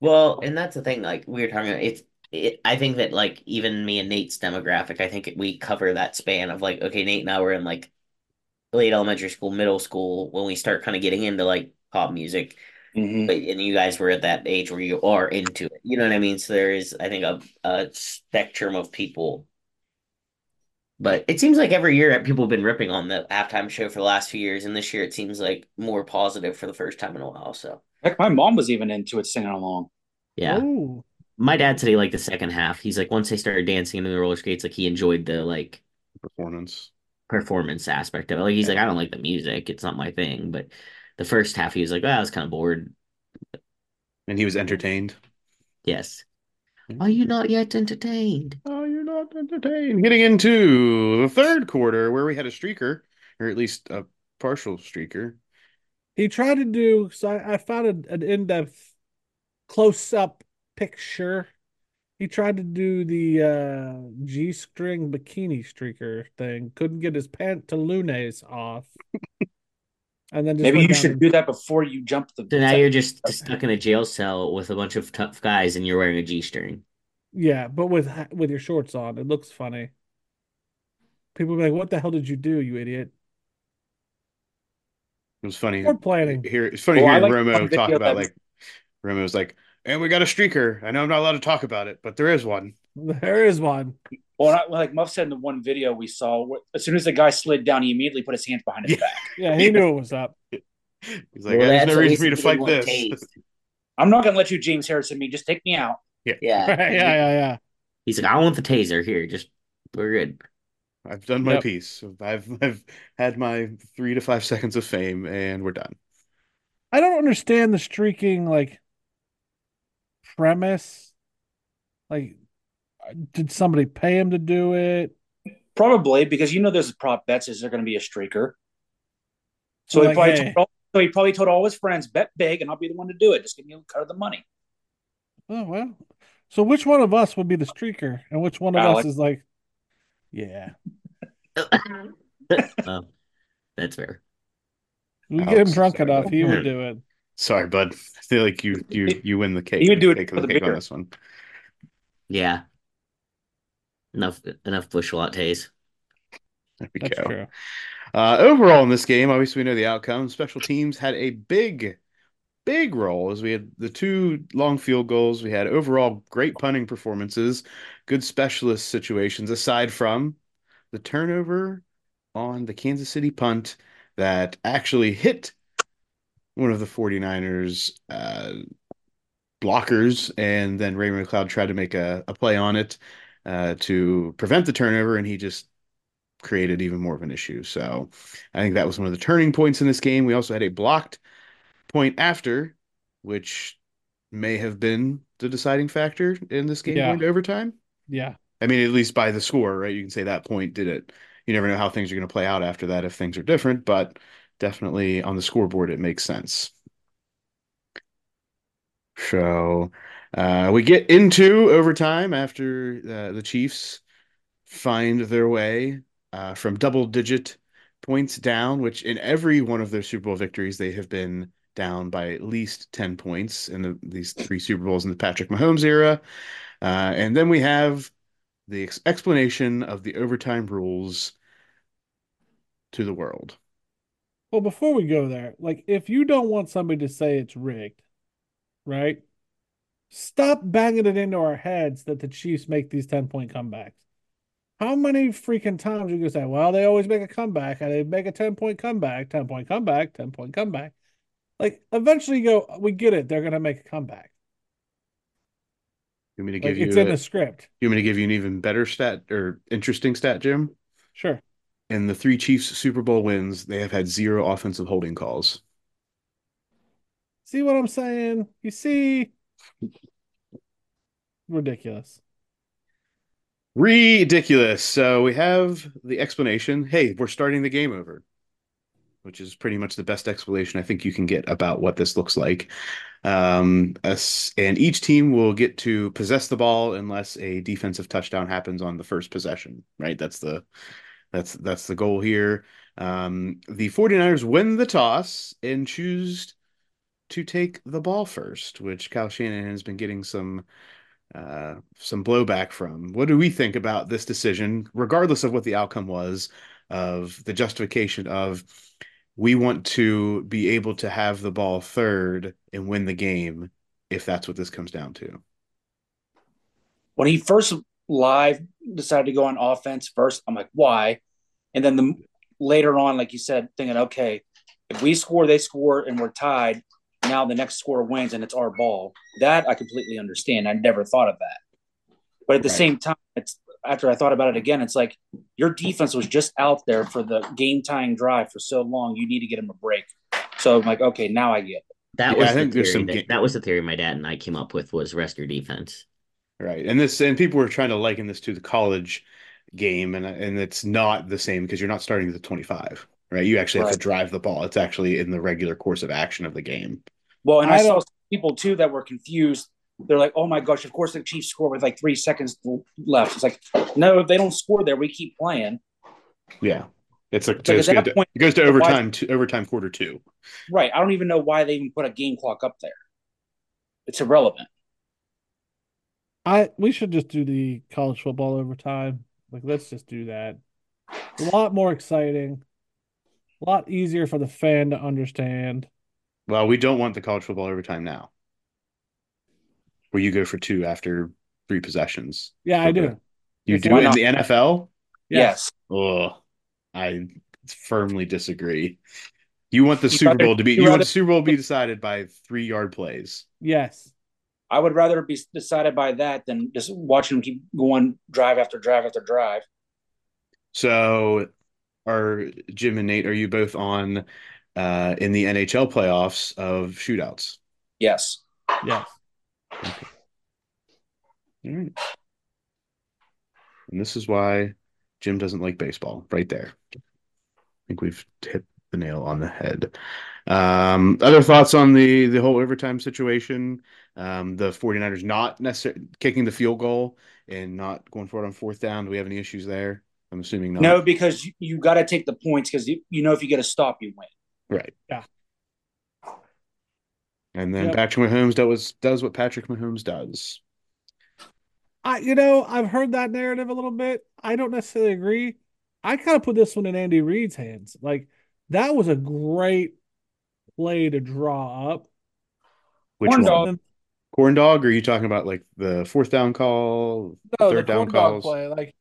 [SPEAKER 4] Well, and that's the thing, like we were talking about, it's it, I think that like even me and Nate's demographic, I think we cover that span of like, okay, Nate and I were in like late elementary school, middle school, when we start kind of getting into like pop music, but and you guys were at that age where you are into it. You know what I mean? So there is, I think, a, a spectrum of people. But it seems like every year people have been ripping on the halftime show for the last few years, and this year it seems like more positive for the first time in a while. So
[SPEAKER 5] Heck, my mom was even into it singing along.
[SPEAKER 4] yeah.
[SPEAKER 3] Oh,
[SPEAKER 4] My dad said he liked the second half. He's like, once they started dancing into the roller skates, like he enjoyed the like
[SPEAKER 1] Performance.
[SPEAKER 4] performance aspect of it. Like he's like, I don't like the music; it's not my thing. But the first half, he was like, oh, I was kind of bored.
[SPEAKER 1] And he was entertained.
[SPEAKER 4] Yes.
[SPEAKER 1] Mm-hmm.
[SPEAKER 4] Are you not yet entertained?
[SPEAKER 1] Oh, you're not entertained. Getting into the third quarter where we had a streaker, or at least a partial streaker.
[SPEAKER 3] he tried to do. So I, I found an, an in-depth, close-up picture. He tried to do the uh, G-string bikini streaker thing. Couldn't get his pantalones off. [laughs] And then just
[SPEAKER 5] Maybe
[SPEAKER 3] went
[SPEAKER 5] you
[SPEAKER 3] down
[SPEAKER 5] should
[SPEAKER 3] and-
[SPEAKER 5] do that before you jump the.
[SPEAKER 4] So now you're just stuck in a jail cell with a bunch of tough guys, and you're wearing a g-string.
[SPEAKER 3] yeah, but with ha- with your shorts on, it looks funny. People be like, "What the hell did you do, you idiot?"
[SPEAKER 1] It was funny.
[SPEAKER 3] We're planning. [laughs]
[SPEAKER 1] Here it's funny
[SPEAKER 5] Well, Oh, I
[SPEAKER 1] hearing
[SPEAKER 5] like the
[SPEAKER 1] Romo
[SPEAKER 5] one
[SPEAKER 1] talk
[SPEAKER 5] video
[SPEAKER 1] about
[SPEAKER 5] that-
[SPEAKER 1] like Romo's like, and we got a streaker. I know I'm not allowed to talk about it, but there is one. [laughs]
[SPEAKER 3] There is one.
[SPEAKER 5] Well, not, like Muff said in the one video we saw, where- as soon as the guy slid down, he immediately put his hands behind his
[SPEAKER 1] Yeah.
[SPEAKER 5] back.
[SPEAKER 3] Yeah, he knew it was up. [laughs]
[SPEAKER 1] He's like,
[SPEAKER 4] Well,
[SPEAKER 1] there's
[SPEAKER 4] that's
[SPEAKER 1] no
[SPEAKER 4] at
[SPEAKER 1] reason
[SPEAKER 4] least
[SPEAKER 1] for me to
[SPEAKER 4] he
[SPEAKER 1] fight
[SPEAKER 4] didn't want
[SPEAKER 1] this.
[SPEAKER 4] tased.
[SPEAKER 5] I'm not gonna let you James Harrison me. Just take me out.
[SPEAKER 4] Yeah.
[SPEAKER 3] Right, yeah, yeah, yeah.
[SPEAKER 4] He's like, I want the taser here. Just we're good.
[SPEAKER 1] [laughs] I've done my
[SPEAKER 3] Yep.
[SPEAKER 1] piece. I've I've had my three to five seconds of fame, and we're done.
[SPEAKER 3] I don't understand the streaking like premise. Like, did somebody pay him to do it?
[SPEAKER 5] Probably because you know there's prop bets is there going to be a streaker. So he
[SPEAKER 3] Like,
[SPEAKER 5] probably
[SPEAKER 3] hey.
[SPEAKER 5] told all, so he probably told all his friends bet big and I'll be the one to do it. Just give me a cut of the money.
[SPEAKER 3] Oh well. So which one of us would be the streaker, and which one of
[SPEAKER 5] Alex.
[SPEAKER 3] us is like, yeah,
[SPEAKER 4] Oh, that's fair.
[SPEAKER 3] we get him
[SPEAKER 1] Alex,
[SPEAKER 3] drunk
[SPEAKER 1] sorry,
[SPEAKER 3] enough,
[SPEAKER 1] bud.
[SPEAKER 3] he would do it.
[SPEAKER 1] Sorry, bud. [laughs] I feel like you you you win the cake.
[SPEAKER 5] You would do it
[SPEAKER 1] Take
[SPEAKER 5] for
[SPEAKER 1] the
[SPEAKER 5] the
[SPEAKER 1] cake on
[SPEAKER 5] beer.
[SPEAKER 1] this one.
[SPEAKER 4] Yeah. Enough enough bush lattes.
[SPEAKER 1] There we
[SPEAKER 3] That's
[SPEAKER 1] go.
[SPEAKER 3] true.
[SPEAKER 1] Uh, overall, in this game, obviously we know the outcome. Special teams had a big, big role as we had the two long field goals. We had overall great punting performances, good specialist situations, aside from the turnover on the Kansas City punt that actually hit one of the 49ers uh, blockers. And then Ray McLeod tried to make a, a play on it uh, to prevent the turnover, and he just created even more of an issue. So I think that was one of the turning points in this game. We also had a blocked point after, which may have been the deciding factor in this game
[SPEAKER 3] Yeah.
[SPEAKER 1] going to overtime.
[SPEAKER 3] Yeah,
[SPEAKER 1] I mean, at least by the score, right? You can say that point did it. You never know how things are going to play out after that if things are different, but definitely on the scoreboard, it makes sense. So uh, we get into overtime after uh, the Chiefs find their way uh, from double digit points down, which in every one of their Super Bowl victories, they have been down by at least 10 points in the, these three Super Bowls in the Patrick Mahomes era. Uh, and then we have the ex- explanation of the overtime rules to the world.
[SPEAKER 3] Well, before we go there, like if you don't want somebody to say it's rigged, right? Stop banging it into our heads that the Chiefs make these 10 point comebacks. How many freaking times you can say, well, they always make a comeback and they make a 10 point comeback, 10 point comeback, 10 point comeback? Like eventually you go, we get it. They're going to make a comeback.
[SPEAKER 1] You want me to
[SPEAKER 3] Like
[SPEAKER 1] give
[SPEAKER 3] it's
[SPEAKER 1] you?
[SPEAKER 3] in
[SPEAKER 1] a-
[SPEAKER 3] the script.
[SPEAKER 1] you want me to give you an even better stat or interesting stat, Jim?
[SPEAKER 3] Sure.
[SPEAKER 1] In the three Chiefs Super Bowl wins, they have had zero offensive holding calls.
[SPEAKER 3] See what I'm saying? You see?
[SPEAKER 1] [laughs]
[SPEAKER 3] Ridiculous.
[SPEAKER 1] Ridiculous. So we have the explanation. Hey, we're starting the game over, which is pretty much the best explanation I think you can get about what this looks like. Um, us- and each team will get to possess the ball unless a defensive touchdown happens on the first possession, right? That's the that's that's the goal here. Um, the 49ers win the toss and choose to take the ball first, which Kyle Shanahan has been getting some uh, some blowback from. What do we think about this decision, regardless of what the outcome was, of the justification of we want to be able to have the ball third and win the game if that's what this comes down to?
[SPEAKER 5] When he first live decided to go on offense first, I'm like, why? And then the later on, like you said, thinking, okay, if we score, they score, and we're tied. Now the next scorer wins, and it's our ball. That I completely understand. I never thought of that. But at the
[SPEAKER 1] Right.
[SPEAKER 5] same time, it's after I thought about it again, it's like your defense was just out there for the game tying drive for so long. You need to get him a break. So I'm like, okay, now I get. It.
[SPEAKER 4] That
[SPEAKER 1] Yeah,
[SPEAKER 4] was
[SPEAKER 1] I
[SPEAKER 4] the
[SPEAKER 1] think there's
[SPEAKER 4] theory
[SPEAKER 1] some
[SPEAKER 4] that,
[SPEAKER 1] ga-
[SPEAKER 4] that was the theory my dad and I came up with was rest your defense.
[SPEAKER 1] Right. And this, and people were trying to liken this to the college game, and and it's not the same because you're not starting at the 25, right? You actually have to
[SPEAKER 5] Right.
[SPEAKER 1] drive the ball. It's actually in the regular course of action of the game.
[SPEAKER 5] Well, and I,
[SPEAKER 3] I
[SPEAKER 5] saw
[SPEAKER 3] don't-
[SPEAKER 5] people too that were confused. They're like, oh my gosh, of course the Chiefs score with like three seconds left. It's like, no, if they don't score there, we keep playing.
[SPEAKER 1] Yeah. It's like,
[SPEAKER 5] Like, at
[SPEAKER 1] it's
[SPEAKER 5] that
[SPEAKER 1] good to-
[SPEAKER 5] point,
[SPEAKER 1] it goes to
[SPEAKER 5] why-
[SPEAKER 1] overtime, to overtime quarter two.
[SPEAKER 5] Right. I don't even know why they even put a game clock up there. It's irrelevant.
[SPEAKER 3] I we should just do the college football overtime. Like, let's just do that. A lot more exciting. A lot easier for the fan to understand.
[SPEAKER 1] Well, we don't want the college football overtime now, where you go for two after three possessions.
[SPEAKER 3] Yeah, I
[SPEAKER 1] Okay.
[SPEAKER 3] do.
[SPEAKER 1] You
[SPEAKER 3] If
[SPEAKER 1] do
[SPEAKER 5] why
[SPEAKER 1] it in
[SPEAKER 5] not?
[SPEAKER 1] the NFL?
[SPEAKER 5] Yes.
[SPEAKER 1] Ugh, I firmly disagree. You want the
[SPEAKER 5] You'd
[SPEAKER 1] Super
[SPEAKER 5] rather-
[SPEAKER 1] Bowl to be
[SPEAKER 5] you'd
[SPEAKER 1] you want
[SPEAKER 5] rather-
[SPEAKER 1] the Super Bowl to be decided by three yard plays.
[SPEAKER 3] Yes.
[SPEAKER 5] I would rather be decided by that than just watching them keep going drive after drive after drive.
[SPEAKER 1] So, are Jim and Nate? Are you both on uh, in the NHL playoffs of shootouts?
[SPEAKER 5] Yes.
[SPEAKER 3] Yes.
[SPEAKER 1] All right. And this is why Jim doesn't like baseball, right there. I think we've hit the nail on the head. Um, other thoughts on the the whole overtime situation? Um, the 49ers not necessarily kicking the field goal and not going for it on fourth down. Do we have any issues there? I'm assuming not.
[SPEAKER 5] No, because you, you got to take the points because you, you know if you get a stop, you win.
[SPEAKER 1] Right.
[SPEAKER 3] Yeah.
[SPEAKER 1] And then
[SPEAKER 3] Yep.
[SPEAKER 1] Patrick Mahomes does does what Patrick Mahomes does.
[SPEAKER 3] I you know, I've heard that narrative a little bit. I don't necessarily agree. I kind of put this one in Andy Reid's hands. Like that was a great play to draw up.
[SPEAKER 1] Which
[SPEAKER 5] Corn
[SPEAKER 1] one?
[SPEAKER 5] dog.
[SPEAKER 1] Corn dog? Or are you talking about like the fourth down call?
[SPEAKER 3] No,
[SPEAKER 1] third
[SPEAKER 3] Oh, the corn
[SPEAKER 1] down
[SPEAKER 3] dog
[SPEAKER 1] calls.
[SPEAKER 3] play, like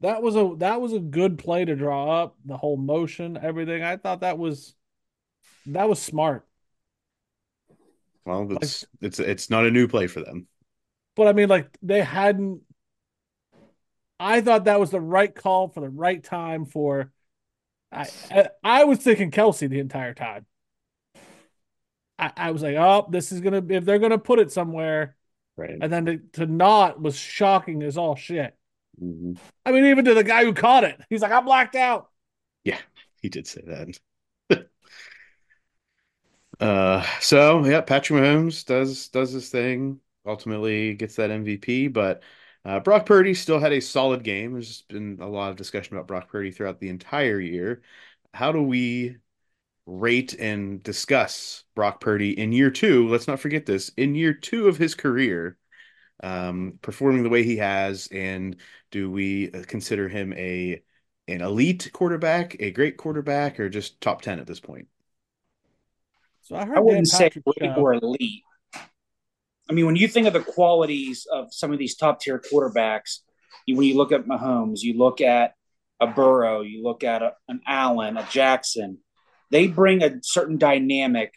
[SPEAKER 3] that was a that was a good play to draw up the whole motion, everything. I thought that was that was smart.
[SPEAKER 1] Well, it's it's it's not a new play for them.
[SPEAKER 3] But I mean, like they hadn't. I thought that was the right call for the right time for. I I, I was thinking Kelsey the entire time. I, I was like, oh, this is gonna if they're gonna put it somewhere,
[SPEAKER 1] Right.
[SPEAKER 3] and then to, to not was shocking as all shit. I mean, even to the guy who caught it, he's like, I'm blacked out.
[SPEAKER 1] He did say that. [laughs] uh so yeah, Patrick Mahomes does does his thing, ultimately gets that MVP, but uh, Brock Purdy still had a solid game. There's been a lot of discussion about Brock Purdy throughout the entire year. How do we rate and discuss Brock Purdy in year two? Let's not forget this. In year two of his career, um, performing the way he has, and do we uh, consider him a an elite quarterback, a great quarterback, or just top ten at this point?
[SPEAKER 3] So I heard
[SPEAKER 5] I wouldn't
[SPEAKER 3] Dan
[SPEAKER 5] say
[SPEAKER 3] Patrick uh,
[SPEAKER 5] great
[SPEAKER 3] show.
[SPEAKER 5] or elite. I mean, when you think of the qualities of some of these top tier quarterbacks, you, when you look at Mahomes, you look at a Burrow, you look at a, an Allen, a Jackson, they bring a certain dynamic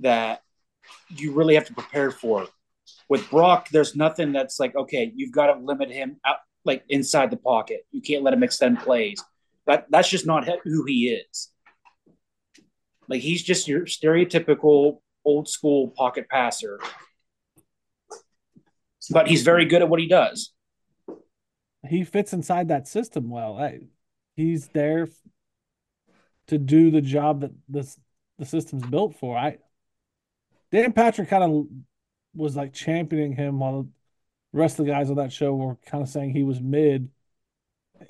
[SPEAKER 5] that you really have to prepare for. With Brock, there's nothing that's like, okay, you've got to limit him out, like inside the pocket. You can't let him extend plays. That that's just not he- who he is. Like he's just your stereotypical old school pocket passer. But he's very good at what he does.
[SPEAKER 3] he fits inside that system well. I, he's there f- to do the job that this the system's built for. I Dan Patrick kind of was like championing him while the rest of the guys on that show were kind of saying he was mid. [sighs]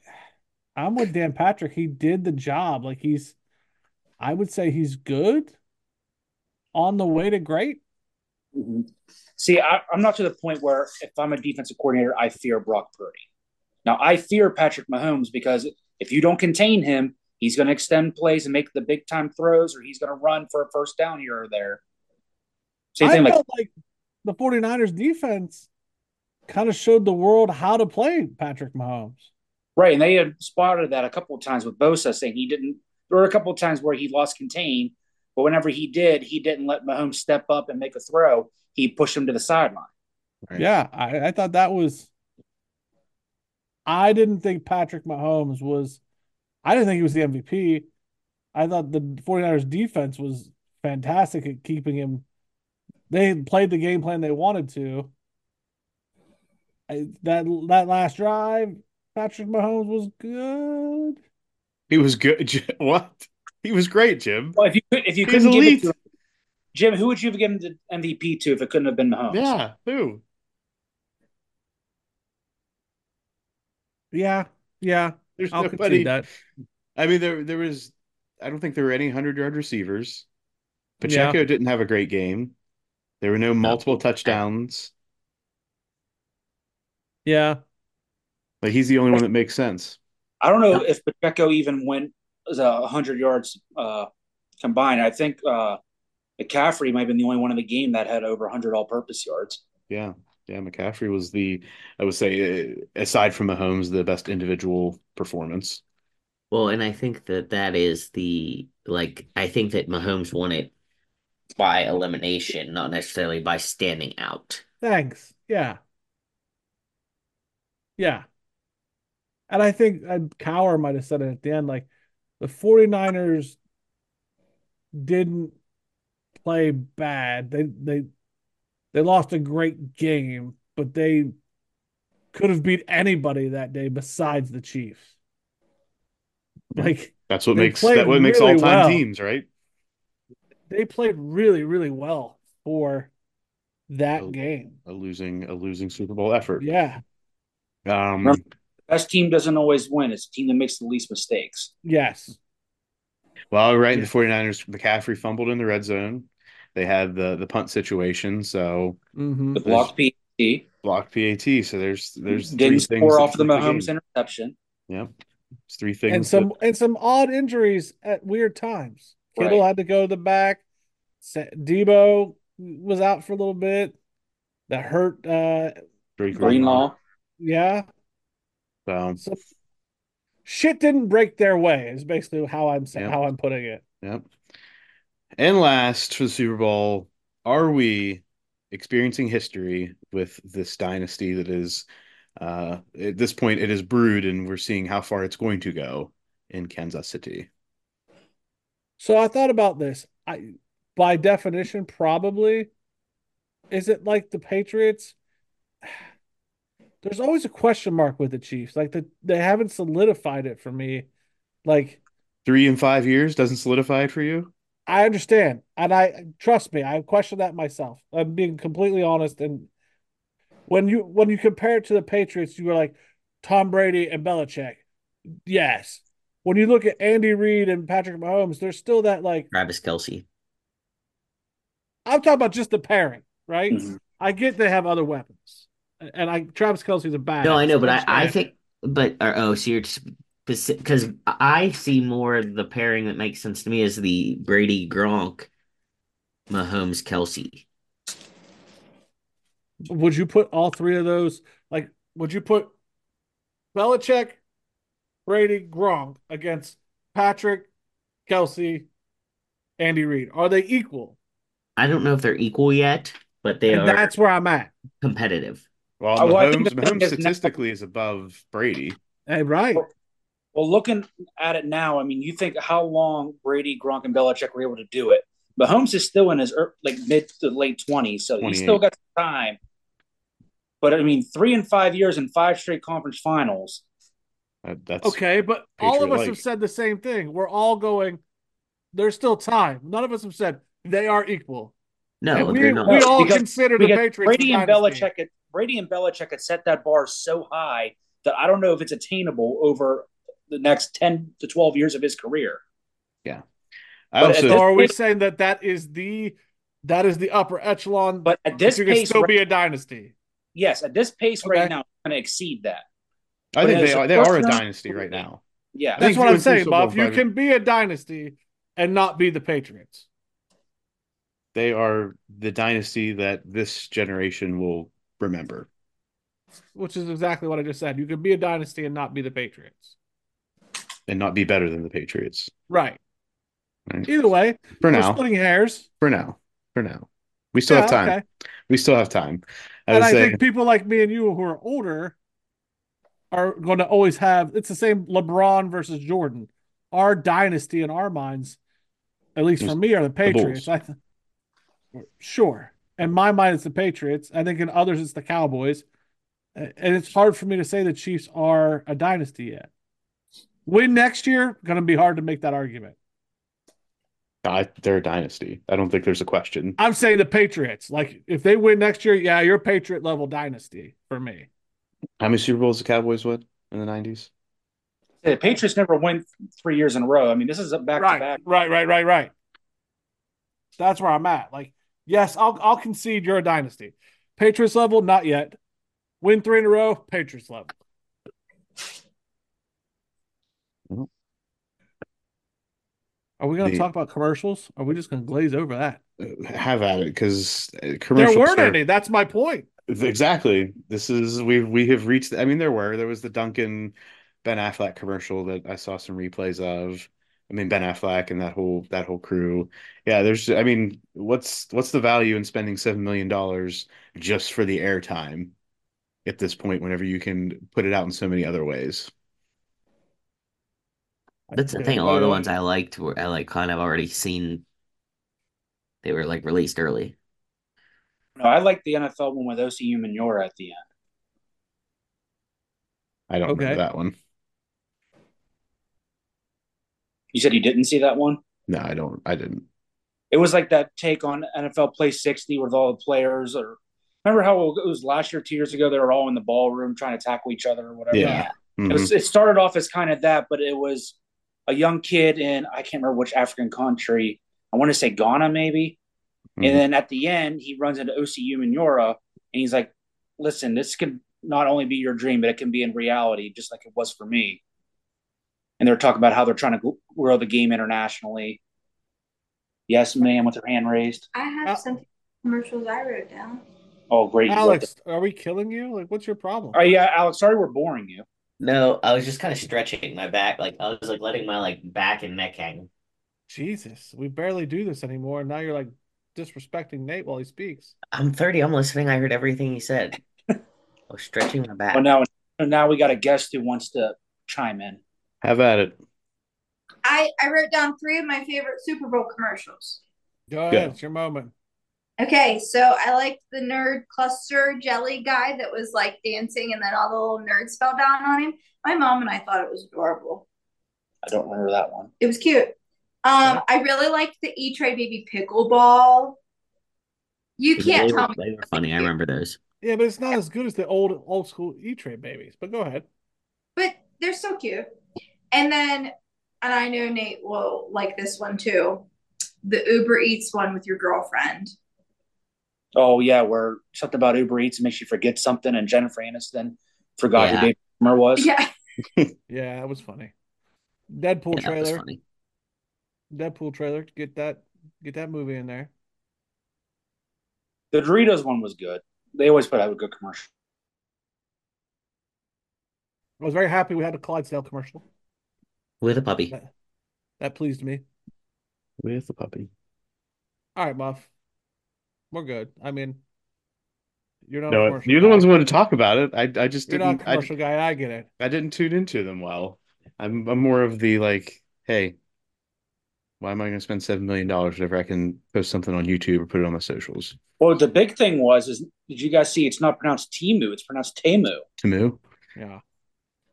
[SPEAKER 3] I'm with Dan Patrick. He did the job. Like he's, I would say he's good, on the way to great.
[SPEAKER 5] See, I, I'm not to the point where if I'm a defensive coordinator, I fear Brock Purdy. Now, I fear Patrick Mahomes because if you don't contain him, he's going to extend plays and make the big time throws, or he's going to run for a first down here or there. Same
[SPEAKER 3] I
[SPEAKER 5] thing, like
[SPEAKER 3] felt like the 49ers defense kind of showed the world how to play Patrick Mahomes.
[SPEAKER 5] Right, and they had spotted that a couple of times with Bosa, saying he didn't. There were a couple of times where he lost contain, but whenever he did, he didn't let Mahomes step up and make a throw. He pushed him to the sideline.
[SPEAKER 1] Right.
[SPEAKER 3] Yeah, I, I thought that was. I didn't think Patrick Mahomes was. I didn't think he was the MVP. I thought the 49ers defense was fantastic at keeping him. They played the game plan they wanted to. I, that that last drive, Patrick Mahomes was good.
[SPEAKER 1] He was good. [laughs] J- What? He was great, Jim.
[SPEAKER 5] Well, if you could, if you
[SPEAKER 1] He's
[SPEAKER 5] couldn't give
[SPEAKER 1] elite.
[SPEAKER 5] it to him, Jim, who would you have given the MVP to if it couldn't have been Mahomes?
[SPEAKER 1] Yeah. Who?
[SPEAKER 3] Yeah, yeah,
[SPEAKER 1] There's
[SPEAKER 3] I'll
[SPEAKER 1] nobody.
[SPEAKER 3] concede that.
[SPEAKER 1] I mean, there there was. I don't think there were any hundred yard receivers. Pacheco didn't have a great game. There were no multiple touchdowns.
[SPEAKER 3] Yeah,
[SPEAKER 1] Like he's the only one that makes sense.
[SPEAKER 5] I don't know if Pacheco even went a hundred yards uh, combined. I think uh, McCaffrey might have been the only one in the game that had over hundred all-purpose yards.
[SPEAKER 1] Yeah. Yeah. McCaffrey was the, I would say, uh, aside from Mahomes, the best individual performance.
[SPEAKER 4] Well, and I think that that is the like I think that Mahomes won it by elimination, not necessarily by standing out.
[SPEAKER 3] Thanks. Yeah. Yeah. And I think uh, Cower might have said it at the end like the 49ers didn't play bad. They they they lost a great game, but they could have beat anybody that day besides the Chiefs. Like
[SPEAKER 1] That's what
[SPEAKER 3] They
[SPEAKER 1] makes
[SPEAKER 3] played
[SPEAKER 1] that what makes
[SPEAKER 3] really
[SPEAKER 1] all time
[SPEAKER 3] well.
[SPEAKER 1] teams, right?
[SPEAKER 3] they played really, really well for that
[SPEAKER 1] Oh.
[SPEAKER 3] game.
[SPEAKER 1] A losing a losing Super Bowl effort.
[SPEAKER 3] Yeah.
[SPEAKER 1] Um,
[SPEAKER 5] Remember- The best team doesn't always win. It's a team that makes the least mistakes.
[SPEAKER 3] Yes.
[SPEAKER 1] well, right,
[SPEAKER 3] Yeah.
[SPEAKER 1] the 49ers, McCaffrey fumbled in the red zone. They had the the punt situation, so
[SPEAKER 3] Mm-hmm.
[SPEAKER 5] The block PAT.
[SPEAKER 1] blocked PAT. So there's there's three
[SPEAKER 5] didn't
[SPEAKER 1] things
[SPEAKER 5] score
[SPEAKER 1] that
[SPEAKER 5] off the
[SPEAKER 1] took game.
[SPEAKER 5] Mahomes interception.
[SPEAKER 1] Yep. It's three things.
[SPEAKER 3] And some and some odd injuries at weird times. Kittle
[SPEAKER 5] Right.
[SPEAKER 3] had to go to the back. Sa- Debo was out for a little bit. That hurt. Uh,
[SPEAKER 1] that-
[SPEAKER 5] Greenlaw.
[SPEAKER 3] yeah.
[SPEAKER 1] So
[SPEAKER 3] So shit didn't break their way. Is basically how I'm saying
[SPEAKER 1] Yep.
[SPEAKER 3] how I'm putting it.
[SPEAKER 1] yep. And last for the Super Bowl, are we experiencing history with this dynasty that is uh at this point it is brewed and we're seeing how far it's going to go in Kansas City.
[SPEAKER 3] So I thought about this. I, by definition, probably, is it like the Patriots? [sighs] There's always a question mark with the Chiefs. Like the, they haven't solidified it for me. Like
[SPEAKER 1] Three and five years doesn't solidify it for you?
[SPEAKER 3] I understand, and I trust me. I question that myself. I'm being completely honest. And when you when you compare it to the Patriots, you were like Tom Brady and Belichick. Yes. When you look at Andy Reid and Patrick Mahomes, there's still that like
[SPEAKER 4] Travis Kelsey.
[SPEAKER 3] I'm talking about just the pairing, right?
[SPEAKER 1] Mm-hmm.
[SPEAKER 4] Mm-hmm.
[SPEAKER 5] Mhm.
[SPEAKER 3] I get they have other weapons, and I Travis Kelsey's a bad.
[SPEAKER 4] No, I know, but I, I think, but or, oh, so you're because I see more the pairing that makes sense to me is the Brady Gronk, Mahomes Kelsey.
[SPEAKER 3] Would you put all three of those? Like, would you put Belichick, Brady, Gronk against Patrick, Kelsey, Andy Reid? Are they equal?
[SPEAKER 4] I don't know if they're equal yet, but they
[SPEAKER 3] And
[SPEAKER 4] are
[SPEAKER 3] that's where I'm at.
[SPEAKER 4] competitive.
[SPEAKER 1] Well,
[SPEAKER 5] Uh, well, I think
[SPEAKER 1] Mahomes,
[SPEAKER 5] the thing
[SPEAKER 1] Mahomes
[SPEAKER 5] is now-
[SPEAKER 1] statistically is above Brady.
[SPEAKER 3] Hey, right?
[SPEAKER 5] Well, looking at it now, I mean, you think how long Brady, Gronk, and Belichick were able to do it. Mahomes is still in his ear- like mid to late twenties, so he's
[SPEAKER 1] 28.
[SPEAKER 5] still got some time. But I mean, three and five years and five straight conference finals.
[SPEAKER 1] That, Uh, that's
[SPEAKER 3] Okay, but all of us
[SPEAKER 1] Patriot-like.
[SPEAKER 3] have said the same thing. We're all going. There's still time. None of us have said they are equal.
[SPEAKER 4] No,
[SPEAKER 3] And we,
[SPEAKER 4] they're not.
[SPEAKER 3] we all
[SPEAKER 5] Because-
[SPEAKER 3] consider the
[SPEAKER 5] Because
[SPEAKER 3] Patriots. a
[SPEAKER 5] Brady and
[SPEAKER 3] dynasty.
[SPEAKER 5] Belichick, had, Brady and Belichick had set that bar so high that I don't know if it's attainable over the next ten to twelve years of his career.
[SPEAKER 1] I
[SPEAKER 5] but
[SPEAKER 1] also
[SPEAKER 5] at
[SPEAKER 3] So
[SPEAKER 5] this
[SPEAKER 3] are we
[SPEAKER 5] point-
[SPEAKER 3] saying that that is the that is the upper echelon?
[SPEAKER 5] But at this
[SPEAKER 3] you can
[SPEAKER 5] pace,
[SPEAKER 3] still
[SPEAKER 5] right-
[SPEAKER 3] be a dynasty.
[SPEAKER 5] yes, at this pace
[SPEAKER 3] Okay.
[SPEAKER 5] right now, it's going to exceed that.
[SPEAKER 1] I think
[SPEAKER 5] but
[SPEAKER 1] they
[SPEAKER 5] as a
[SPEAKER 1] are they are a
[SPEAKER 5] first-round-
[SPEAKER 1] dynasty right now.
[SPEAKER 5] Yeah,
[SPEAKER 1] think
[SPEAKER 3] That's what I'm
[SPEAKER 1] doing two
[SPEAKER 3] saying,
[SPEAKER 1] Super Bowl
[SPEAKER 3] Bob. You
[SPEAKER 1] five-
[SPEAKER 3] can be a dynasty and not be the Patriots.
[SPEAKER 1] They are the dynasty that this generation will remember.
[SPEAKER 3] Which is exactly what I just said. You can be a dynasty and not be the Patriots.
[SPEAKER 1] and not be better than the Patriots
[SPEAKER 3] Right.
[SPEAKER 1] Right.
[SPEAKER 3] Either way,
[SPEAKER 1] for
[SPEAKER 3] we're
[SPEAKER 1] now.
[SPEAKER 3] splitting hairs.
[SPEAKER 1] For now, for now, we still have
[SPEAKER 3] Yeah,
[SPEAKER 1] time.
[SPEAKER 3] okay.
[SPEAKER 1] We still have time. I
[SPEAKER 3] And
[SPEAKER 1] would
[SPEAKER 3] I
[SPEAKER 1] say
[SPEAKER 3] think people like me and you who are older are going to always have it's the same LeBron versus Jordan. Our dynasty in our minds, at least for me, are the
[SPEAKER 1] Bulls.
[SPEAKER 3] Patriots. I th- sure. In my mind, it's the Patriots. I think in others, it's the Cowboys. A- And it's hard for me to say the Chiefs are a dynasty yet. Win next year, going to be hard to make that argument.
[SPEAKER 1] I, they're a dynasty. I don't think there's a question.
[SPEAKER 3] I'm saying the Patriots. Like if they win next year, yeah, you're a Patriot level dynasty for me.
[SPEAKER 1] How many Super Bowls the Cowboys won in the '90s?
[SPEAKER 5] the Patriots never win three years in a row. I mean, this is a back to
[SPEAKER 3] right,
[SPEAKER 5] back.
[SPEAKER 3] right, right, right, right. That's where I'm at. Like, yes, I'll I'll concede you're a dynasty. Patriots level, not yet. Win three in a row, Patriots level. Are we going to
[SPEAKER 1] The-
[SPEAKER 3] talk about commercials? Are we just going to glaze over that?
[SPEAKER 1] Have at it because commercials.
[SPEAKER 3] There weren't
[SPEAKER 1] are-
[SPEAKER 3] any. That's my point.
[SPEAKER 1] Exactly. This is we we have reached. I mean, there were there was the Duncan Ben Affleck commercial that I saw some replays of. I mean, Ben Affleck and that whole that whole crew. Yeah, there's. I mean, what's what's the value in spending seven million dollars just for the airtime at this point? Whenever you can put it out in so many other ways.
[SPEAKER 4] That's the thing. A lot of the ones I liked were I like kind of already seen. They were like released early.
[SPEAKER 5] No, I like the NFL one with OCU Manura at the end.
[SPEAKER 1] I don't remember
[SPEAKER 3] Okay.
[SPEAKER 1] that one.
[SPEAKER 5] You said you didn't see that one.
[SPEAKER 1] No, I don't. I didn't.
[SPEAKER 5] It was like that take on NFL Play 60 with all the players. Or remember how it was last year, two years ago? They were all in the ballroom trying to tackle each other or whatever.
[SPEAKER 1] Yeah.
[SPEAKER 5] It,
[SPEAKER 1] Mm-hmm.
[SPEAKER 5] was, it started off as kind of that, but it was a young kid in I can't remember which African country. I want to say Ghana, maybe.
[SPEAKER 1] Mhm.
[SPEAKER 5] And then at the end, he runs into OCU Minora and he's like, listen, this could not only be your dream, but it can be in reality, just like it was for me. And they're talking about how they're trying to gl- grow the game internationally. Yes, ma'am, with her hand raised.
[SPEAKER 6] I have
[SPEAKER 3] Uh,
[SPEAKER 6] some commercials I wrote down.
[SPEAKER 5] Oh, great. You like
[SPEAKER 3] Alex, are we killing you? Like, what's your problem?
[SPEAKER 5] that. Oh, yeah, Alex, sorry we're boring you.
[SPEAKER 4] No, I was just kind of stretching my back. Like I was like letting my like back and neck hang.
[SPEAKER 3] Jesus, we barely do this anymore. And now you're like disrespecting Nate while he speaks.
[SPEAKER 4] I'm 30. I'm listening. I heard everything he said. I was stretching my back.
[SPEAKER 5] But now, now we got a guest who wants to chime in.
[SPEAKER 1] Have at it.
[SPEAKER 6] I, I wrote down three of my favorite Super Bowl commercials.
[SPEAKER 3] Go ahead, it's your moment.
[SPEAKER 6] Okay, so I liked the nerd cluster jelly guy that was like dancing and then all the little nerds fell down on him. My mom and I thought it was adorable.
[SPEAKER 5] I don't remember that one.
[SPEAKER 6] It was cute. Um, I really liked the E Trade Baby pickleball. You can't
[SPEAKER 4] they,
[SPEAKER 6] tell
[SPEAKER 4] were,
[SPEAKER 6] me.
[SPEAKER 4] they were funny. I remember those.
[SPEAKER 3] Yeah, but it's not as good as the old old school E Trade babies. But go ahead.
[SPEAKER 6] but they're so cute. And then, and I know Nate will like this one too the Uber Eats one with your girlfriend.
[SPEAKER 5] Oh yeah, where something about Uber Eats makes you forget something, and Jennifer Aniston forgot
[SPEAKER 4] Yeah.
[SPEAKER 5] who David Schwimmer was.
[SPEAKER 6] Yeah.
[SPEAKER 3] Yeah, that was funny. Deadpool
[SPEAKER 4] Yeah, that was
[SPEAKER 3] trailer.
[SPEAKER 4] funny.
[SPEAKER 3] Deadpool trailer. Get that. Get that movie in there.
[SPEAKER 5] The Doritos one was good. They always put out a good commercial.
[SPEAKER 3] I was very happy we had a Clydesdale commercial.
[SPEAKER 4] With a puppy.
[SPEAKER 3] That pleased me.
[SPEAKER 1] With the puppy.
[SPEAKER 3] All right, Muff. We're good. I mean, Oh, you're not a
[SPEAKER 1] No,
[SPEAKER 3] commercial
[SPEAKER 1] you're the
[SPEAKER 3] guy.
[SPEAKER 1] ones who wanted to talk about it. I I just
[SPEAKER 3] You're not a
[SPEAKER 1] didn't. I,
[SPEAKER 3] commercial guy. I get it.
[SPEAKER 1] I didn't tune into them well. I'm I'm more of the like, hey, why am I going to spend seven million dollars whenever I can post something on YouTube or put it on my socials?
[SPEAKER 5] Well, the big thing was is did you guys see? It's not pronounced Timu. It's pronounced Temu.
[SPEAKER 1] Tamu,
[SPEAKER 3] Yeah.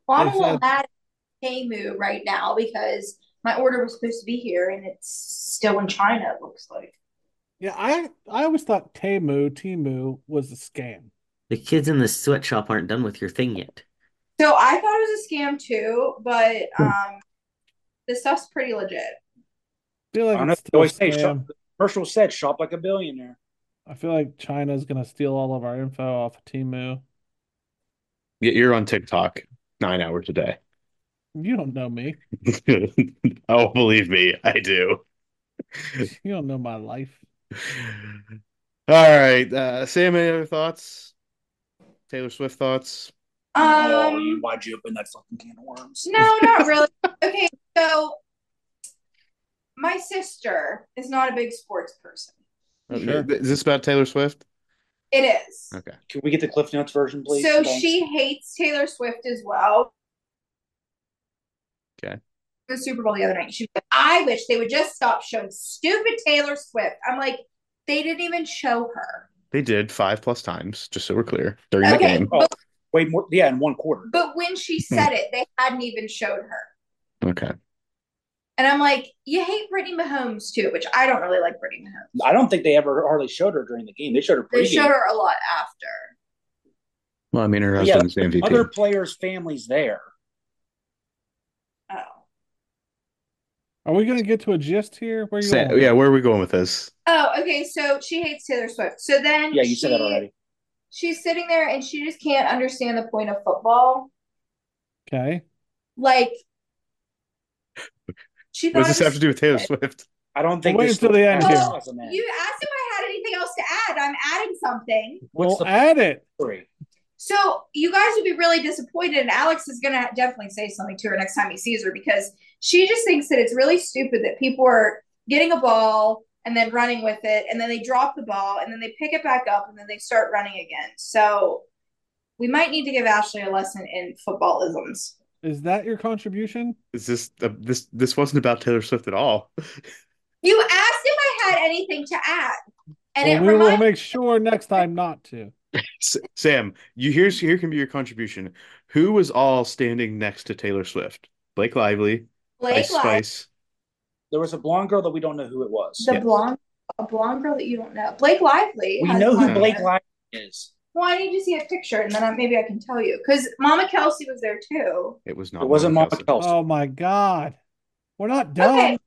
[SPEAKER 6] Well, I'm
[SPEAKER 3] Is
[SPEAKER 6] a
[SPEAKER 3] that-
[SPEAKER 6] little mad at Temu right now because my order was supposed to be here and it's still in China, it looks like.
[SPEAKER 3] Yeah, I I always thought Temu, Temu was a scam.
[SPEAKER 4] The kids in the sweatshop aren't done with your thing yet.
[SPEAKER 6] So I thought it was a scam too, but um, the stuff's pretty legit.
[SPEAKER 3] I feel like
[SPEAKER 5] I know
[SPEAKER 3] it's
[SPEAKER 5] they always
[SPEAKER 3] still a
[SPEAKER 5] say shop,
[SPEAKER 3] scam.
[SPEAKER 5] the commercial said shop like a billionaire.
[SPEAKER 3] I feel like China's gonna steal all of our info off of Temu.
[SPEAKER 1] Yeah, you're on TikTok nine hours a day. [laughs]
[SPEAKER 3] You don't know me.
[SPEAKER 1] oh, believe me, I do. [laughs]
[SPEAKER 3] [laughs] You don't know my life.
[SPEAKER 1] All right, uh, Sam. Any other thoughts? Taylor Swift thoughts?
[SPEAKER 5] oh,
[SPEAKER 6] Um,
[SPEAKER 5] you,
[SPEAKER 6] [laughs]
[SPEAKER 5] why'd you open that fucking can of worms?
[SPEAKER 6] No, not really. Okay, so my sister is not a big sports person.
[SPEAKER 3] Sure.
[SPEAKER 1] Uh, Is this about Taylor Swift?
[SPEAKER 6] It is.
[SPEAKER 1] Okay.
[SPEAKER 5] Can we get the Cliff Notes version, please?
[SPEAKER 6] So
[SPEAKER 5] Thanks.
[SPEAKER 6] she hates Taylor Swift as well.
[SPEAKER 1] Okay.
[SPEAKER 6] The Super Bowl the other night. She was like, I wish they would just stop showing stupid Taylor Swift. I'm like, they didn't even show her.
[SPEAKER 1] They did five plus times, just so we're clear, during the
[SPEAKER 6] Okay.
[SPEAKER 1] game.
[SPEAKER 5] Oh, wait, more. Yeah, in one quarter.
[SPEAKER 6] But when she said it, they hadn't even showed her.
[SPEAKER 1] Okay.
[SPEAKER 6] And I'm like, you hate Brittany Mahomes too, which I don't really like Brittany Mahomes.
[SPEAKER 5] I don't think they ever hardly showed her during the game. They showed her
[SPEAKER 6] They
[SPEAKER 5] pregame.
[SPEAKER 6] showed her a lot after.
[SPEAKER 1] Well, I mean, her
[SPEAKER 5] Yeah,
[SPEAKER 1] husband's MVP.
[SPEAKER 5] Other players' families there.
[SPEAKER 6] Oh.
[SPEAKER 3] Are we gonna get to a gist here? Where are you
[SPEAKER 1] Sa-
[SPEAKER 3] going?
[SPEAKER 1] yeah, where are we going with this?
[SPEAKER 6] Oh, okay. So she hates Taylor Swift. So then
[SPEAKER 5] Yeah, you said that
[SPEAKER 6] she-
[SPEAKER 5] already.
[SPEAKER 6] She's sitting there and she just can't understand the point of football.
[SPEAKER 3] Okay.
[SPEAKER 6] Like She
[SPEAKER 1] What does
[SPEAKER 6] thought.
[SPEAKER 1] this
[SPEAKER 6] it
[SPEAKER 1] have to
[SPEAKER 6] was-
[SPEAKER 1] do with Taylor Swift?
[SPEAKER 5] I don't think
[SPEAKER 3] Wait
[SPEAKER 5] this
[SPEAKER 3] until the end
[SPEAKER 6] here.
[SPEAKER 5] Awesome, man.
[SPEAKER 6] You asked if I had anything else to add. I'm adding something.
[SPEAKER 5] What's
[SPEAKER 3] well,
[SPEAKER 5] the
[SPEAKER 3] add it.
[SPEAKER 5] story?
[SPEAKER 6] So you guys will be really disappointed, and Alex is gonna definitely say something to her next time he sees her because she just thinks that it's really stupid that people are getting a ball and then running with it, and then they drop the ball and then they pick it back up and then they start running again. So we might need to give Ashley a lesson in footballisms.
[SPEAKER 3] Is that your contribution?
[SPEAKER 1] Is this uh, this this wasn't about Taylor Swift at all?
[SPEAKER 6] You asked if I had anything to add, and
[SPEAKER 3] well,
[SPEAKER 6] it
[SPEAKER 3] we
[SPEAKER 6] reminds
[SPEAKER 3] will make sure next time not to.
[SPEAKER 1] S- Sam, you here's here can be your contribution. Who was all standing next to Taylor Swift? Blake Lively,
[SPEAKER 6] Blake
[SPEAKER 1] Ice
[SPEAKER 6] Lively-
[SPEAKER 1] Spice.
[SPEAKER 5] There was a blonde girl that we don't know who it was.
[SPEAKER 6] the
[SPEAKER 1] Yes.
[SPEAKER 6] blonde, a blonde girl that you don't know, Blake Lively.
[SPEAKER 5] we
[SPEAKER 6] has
[SPEAKER 5] know who
[SPEAKER 6] blonde
[SPEAKER 5] Blake
[SPEAKER 6] hair.
[SPEAKER 5] Lively is.
[SPEAKER 6] Well, I need to see a picture, and then I, maybe I can tell you because Mama Kelsey was there too.
[SPEAKER 1] It was not.
[SPEAKER 5] It wasn't Mama
[SPEAKER 1] Kelsey.
[SPEAKER 5] Kelsey.
[SPEAKER 3] Oh my god, we're not done.
[SPEAKER 6] Okay,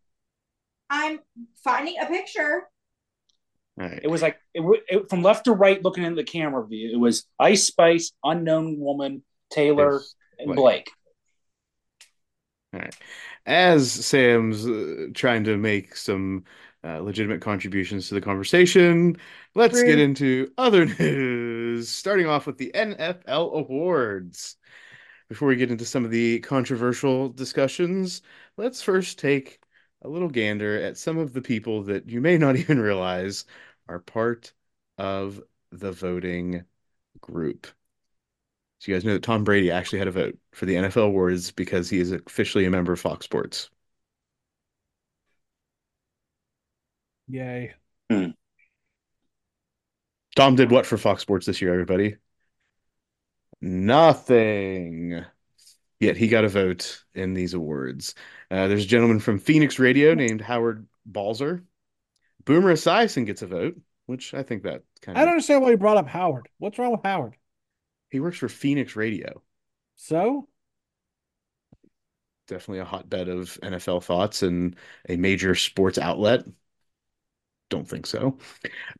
[SPEAKER 6] I'm finding a picture.
[SPEAKER 1] All right.
[SPEAKER 5] It was like it, wa- it, from left to right, looking into the camera view. It was Ice Spice, unknown woman, Taylor, and
[SPEAKER 1] Blake.
[SPEAKER 5] Blake.
[SPEAKER 1] As Sam's uh, trying to make some uh, legitimate contributions to the conversation, let's get
[SPEAKER 6] Rude.
[SPEAKER 1] into other [laughs] news, starting off with the NFL awards. Before we get into some of the controversial discussions, let's first take a little gander at some of the people that you may not [laughs] even realize are part of the voting group. So you guys know that Tom Brady actually had a vote for the NFL awards because he is officially a member of Fox Sports.
[SPEAKER 3] Yay.
[SPEAKER 1] Tom did what for Fox Sports this year, everybody? Nothing. Yet he got a vote in these awards. Uh, there's a gentleman from Phoenix Radio named Howard Balzer. Boomer Esiason gets a vote, which I think that kind
[SPEAKER 3] I don't
[SPEAKER 1] of
[SPEAKER 3] understand why you brought up Howard. What's wrong with Howard?
[SPEAKER 1] he works for Phoenix Radio.
[SPEAKER 3] So
[SPEAKER 1] Definitely a hotbed of NFL thoughts and a major sports outlet. Don't think so.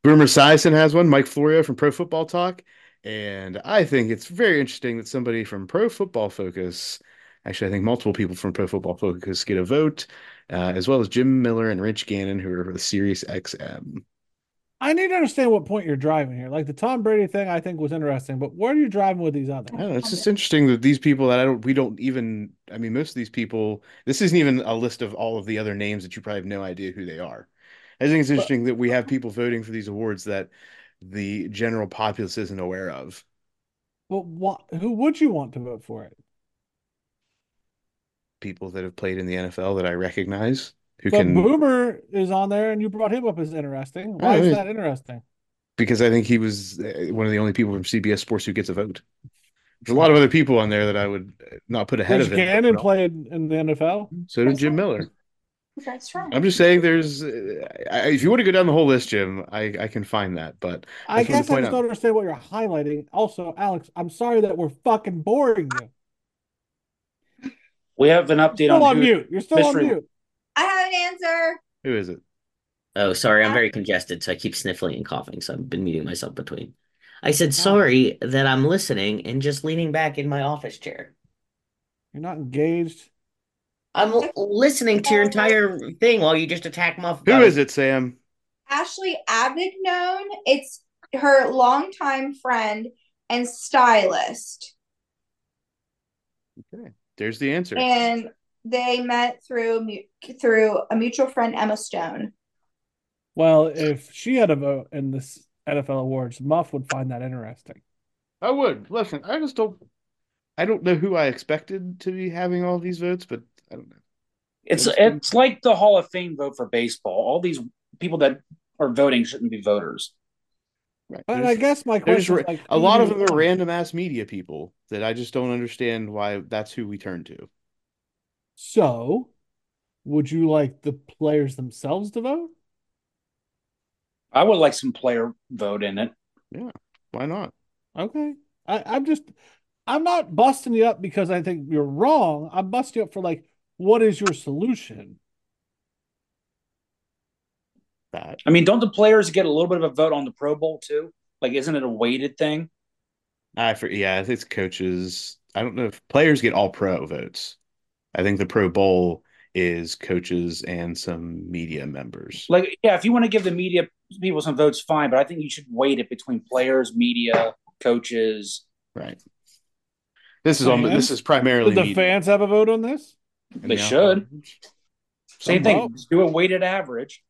[SPEAKER 1] Boomer Esiason has one. Mike Florio from Pro Football Talk, and I think it's very interesting that somebody from Pro Football Focus, actually, I think multiple people from Pro Football Focus get a vote, uh, as well as Jim Miller and Rich Gannon, who are with Sirius XM.
[SPEAKER 3] I need to understand what point you're driving here. Like the Tom Brady thing, I think was interesting, but where are you driving with these others?
[SPEAKER 1] I don't know, it's just interesting that these people that I don't, we don't even, I mean, most of these people, this isn't even a list of all of the other names that you probably have no idea who they are. I think it's interesting that we have people voting for these awards that the general populace isn't aware of.
[SPEAKER 3] Well, what? Who would you want to vote for it?
[SPEAKER 1] people that have played in the NFL that I recognize who
[SPEAKER 3] But
[SPEAKER 1] can
[SPEAKER 3] Boomer is on there, and you brought him up as interesting. Why
[SPEAKER 1] Oh,
[SPEAKER 3] is
[SPEAKER 1] yeah.
[SPEAKER 3] that interesting?
[SPEAKER 1] because I think he was uh, one of the only people from CBS Sports who gets a vote. There's a lot of other people on there that I would uh, not put ahead
[SPEAKER 3] Rich
[SPEAKER 1] of him.
[SPEAKER 3] Gannon played in the NFL.
[SPEAKER 1] So did Jim Miller.
[SPEAKER 6] That's right.
[SPEAKER 1] I'm just saying, there's uh, I, if you want to go down the whole list, Jim, I, I can find that. But
[SPEAKER 3] I
[SPEAKER 1] That's what the
[SPEAKER 3] guess I
[SPEAKER 1] point
[SPEAKER 3] just
[SPEAKER 1] of-
[SPEAKER 3] don't understand what you're highlighting. Also, Alex, I'm sorry that we're fucking boring you.
[SPEAKER 5] We have an update
[SPEAKER 3] You're
[SPEAKER 5] on,
[SPEAKER 3] still on
[SPEAKER 5] who-
[SPEAKER 3] mute. You're still on
[SPEAKER 5] mystery-
[SPEAKER 3] mute.
[SPEAKER 6] I have an answer.
[SPEAKER 1] who is it?
[SPEAKER 4] Oh, sorry, I'm very congested, so I keep sniffling and coughing, so I've been muting myself between. I said,
[SPEAKER 3] Ah.
[SPEAKER 4] sorry that I'm listening and just leaning back in my office chair.
[SPEAKER 3] You're not engaged.
[SPEAKER 4] I'm l- listening to your entire thing while you just attack my.
[SPEAKER 1] Who is it, Sam?
[SPEAKER 6] Ashley Avignon. It's her longtime friend and stylist,
[SPEAKER 1] There's the answer.
[SPEAKER 6] and they met through mu- through a mutual friend, Emma Stone.
[SPEAKER 3] Well, if she had a vote in this NFL awards, Muff would find that interesting.
[SPEAKER 1] I would listen. I just don't. I don't know who I expected to be having all these votes, but I don't know.
[SPEAKER 5] It's
[SPEAKER 1] Those two.
[SPEAKER 5] it's like the Hall of Fame vote for baseball. All these people that are voting shouldn't be voters.
[SPEAKER 1] Right.
[SPEAKER 3] But I
[SPEAKER 1] There's-
[SPEAKER 3] guess my
[SPEAKER 1] They're just
[SPEAKER 3] question is
[SPEAKER 1] ra-
[SPEAKER 3] like,
[SPEAKER 1] a lot of
[SPEAKER 3] who-
[SPEAKER 1] them are random ass media people that I just don't understand why that's who we turn to.
[SPEAKER 3] So, would you like the players themselves to vote?
[SPEAKER 5] I would like some player vote in it.
[SPEAKER 1] Why not?
[SPEAKER 3] Okay. I, I'm just, I'm not busting you up because I think you're wrong. I'm busting you up for like, what is your solution?
[SPEAKER 1] That
[SPEAKER 5] I mean, don't the players get a little bit of a vote on the Pro Bowl too? Like, isn't it a weighted thing?
[SPEAKER 1] I for yeah, I think it's coaches. I don't know if players get all pro votes. I think the Pro Bowl is coaches and some media members.
[SPEAKER 5] Like, yeah, if you want to give the media people some votes, fine. But I think you should weight it between players, media, coaches.
[SPEAKER 1] Right. This is on.
[SPEAKER 3] Fans?
[SPEAKER 1] This is primarily
[SPEAKER 3] Did the
[SPEAKER 1] media
[SPEAKER 3] fans have a vote on this?
[SPEAKER 1] and
[SPEAKER 5] They
[SPEAKER 1] the
[SPEAKER 5] should.
[SPEAKER 1] algorithms.
[SPEAKER 5] Same
[SPEAKER 3] Some
[SPEAKER 5] thing.
[SPEAKER 3] vote.
[SPEAKER 5] Just do a weighted average.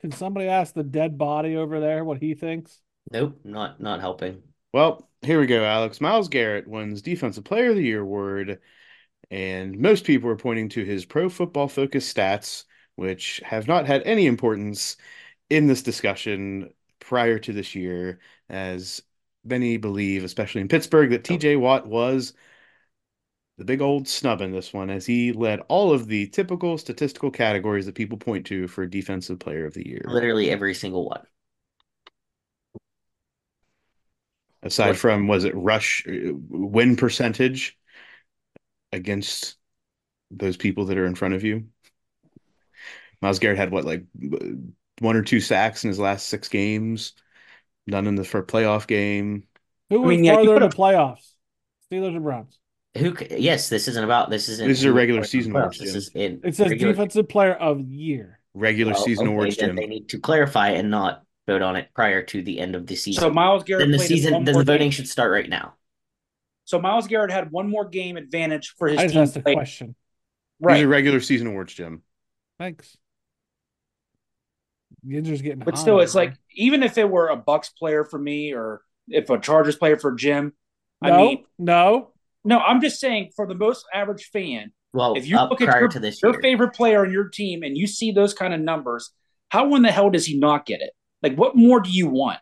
[SPEAKER 3] Can somebody ask the dead body over there what he thinks?
[SPEAKER 4] Nope, not not helping.
[SPEAKER 1] Well, here we go, Alex. Miles Garrett wins Defensive Player of the Year award, and most people are pointing to his pro football focus stats, which have not had any importance in this discussion prior to this year, as many believe, especially in Pittsburgh, that TJ Watt was the big old snub in this one, as he led all of the typical statistical categories that people point to for Defensive Player of the Year,
[SPEAKER 4] Literally every single one.
[SPEAKER 1] aside from, was it rush uh, win percentage? against those people that are in front of you. Miles Garrett had what, like b- one or two sacks in his last six games, none in the for playoff game.
[SPEAKER 3] Who
[SPEAKER 5] I
[SPEAKER 3] went
[SPEAKER 5] mean, yeah, you
[SPEAKER 3] farther in the
[SPEAKER 5] could've-
[SPEAKER 3] playoffs? Steelers or Browns?
[SPEAKER 4] Who? c- Yes, this isn't about. This isn't.
[SPEAKER 1] These are regular
[SPEAKER 4] playoffs.
[SPEAKER 1] season awards,
[SPEAKER 4] This
[SPEAKER 1] Jim.
[SPEAKER 4] is in
[SPEAKER 3] It says
[SPEAKER 4] regular-
[SPEAKER 3] defensive player of year.
[SPEAKER 1] Regular
[SPEAKER 4] Well,
[SPEAKER 1] season
[SPEAKER 4] okay,
[SPEAKER 1] awards,
[SPEAKER 4] then
[SPEAKER 1] Jim.
[SPEAKER 4] They need to clarify and not vote on it prior to the end of the season.
[SPEAKER 5] So Miles Garrett
[SPEAKER 4] then the
[SPEAKER 5] played in
[SPEAKER 4] season,
[SPEAKER 5] one
[SPEAKER 4] then
[SPEAKER 5] more
[SPEAKER 4] the voting
[SPEAKER 5] game.
[SPEAKER 4] should start right now.
[SPEAKER 5] So Miles Garrett had one more game advantage for his
[SPEAKER 3] I just
[SPEAKER 5] team.
[SPEAKER 3] asked a
[SPEAKER 5] play.
[SPEAKER 3] question.
[SPEAKER 1] These are
[SPEAKER 5] Right.
[SPEAKER 1] regular season awards, Jim.
[SPEAKER 3] Thanks. Yinzer's getting
[SPEAKER 5] But
[SPEAKER 3] hot
[SPEAKER 5] still, it's
[SPEAKER 3] over
[SPEAKER 5] like even if it were a Bucks player for me or if a Chargers player for Jim,
[SPEAKER 3] there.
[SPEAKER 5] I
[SPEAKER 3] no,
[SPEAKER 5] mean,
[SPEAKER 3] no.
[SPEAKER 5] no, I'm just saying for the most average fan,
[SPEAKER 4] Well,
[SPEAKER 5] If you
[SPEAKER 4] up
[SPEAKER 5] look at
[SPEAKER 4] prior
[SPEAKER 5] your-
[SPEAKER 4] to this
[SPEAKER 5] your
[SPEAKER 4] year,
[SPEAKER 5] favorite player on your team and you see those kind of numbers, how in the hell does he not get it? Like, what more do you want?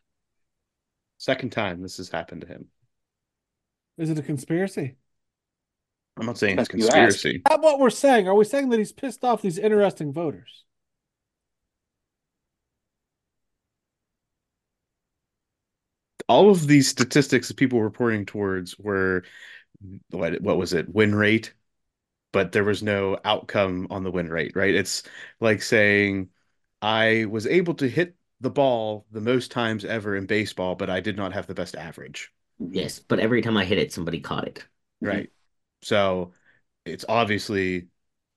[SPEAKER 1] Second time this has happened to him.
[SPEAKER 3] Is it a conspiracy?
[SPEAKER 1] I'm not saying it's
[SPEAKER 5] You asked.
[SPEAKER 1] conspiracy.
[SPEAKER 3] That's what we're saying. Are we saying that he's pissed off these interesting voters?
[SPEAKER 1] All of these statistics that people were pointing towards were what what was it? Win rate, but there was no outcome on the win rate, right? It's like saying I was able to hit the ball the most times ever in baseball, but I did not have the best average,
[SPEAKER 4] yes, but every time I hit it, somebody caught it.
[SPEAKER 1] right? So it's obviously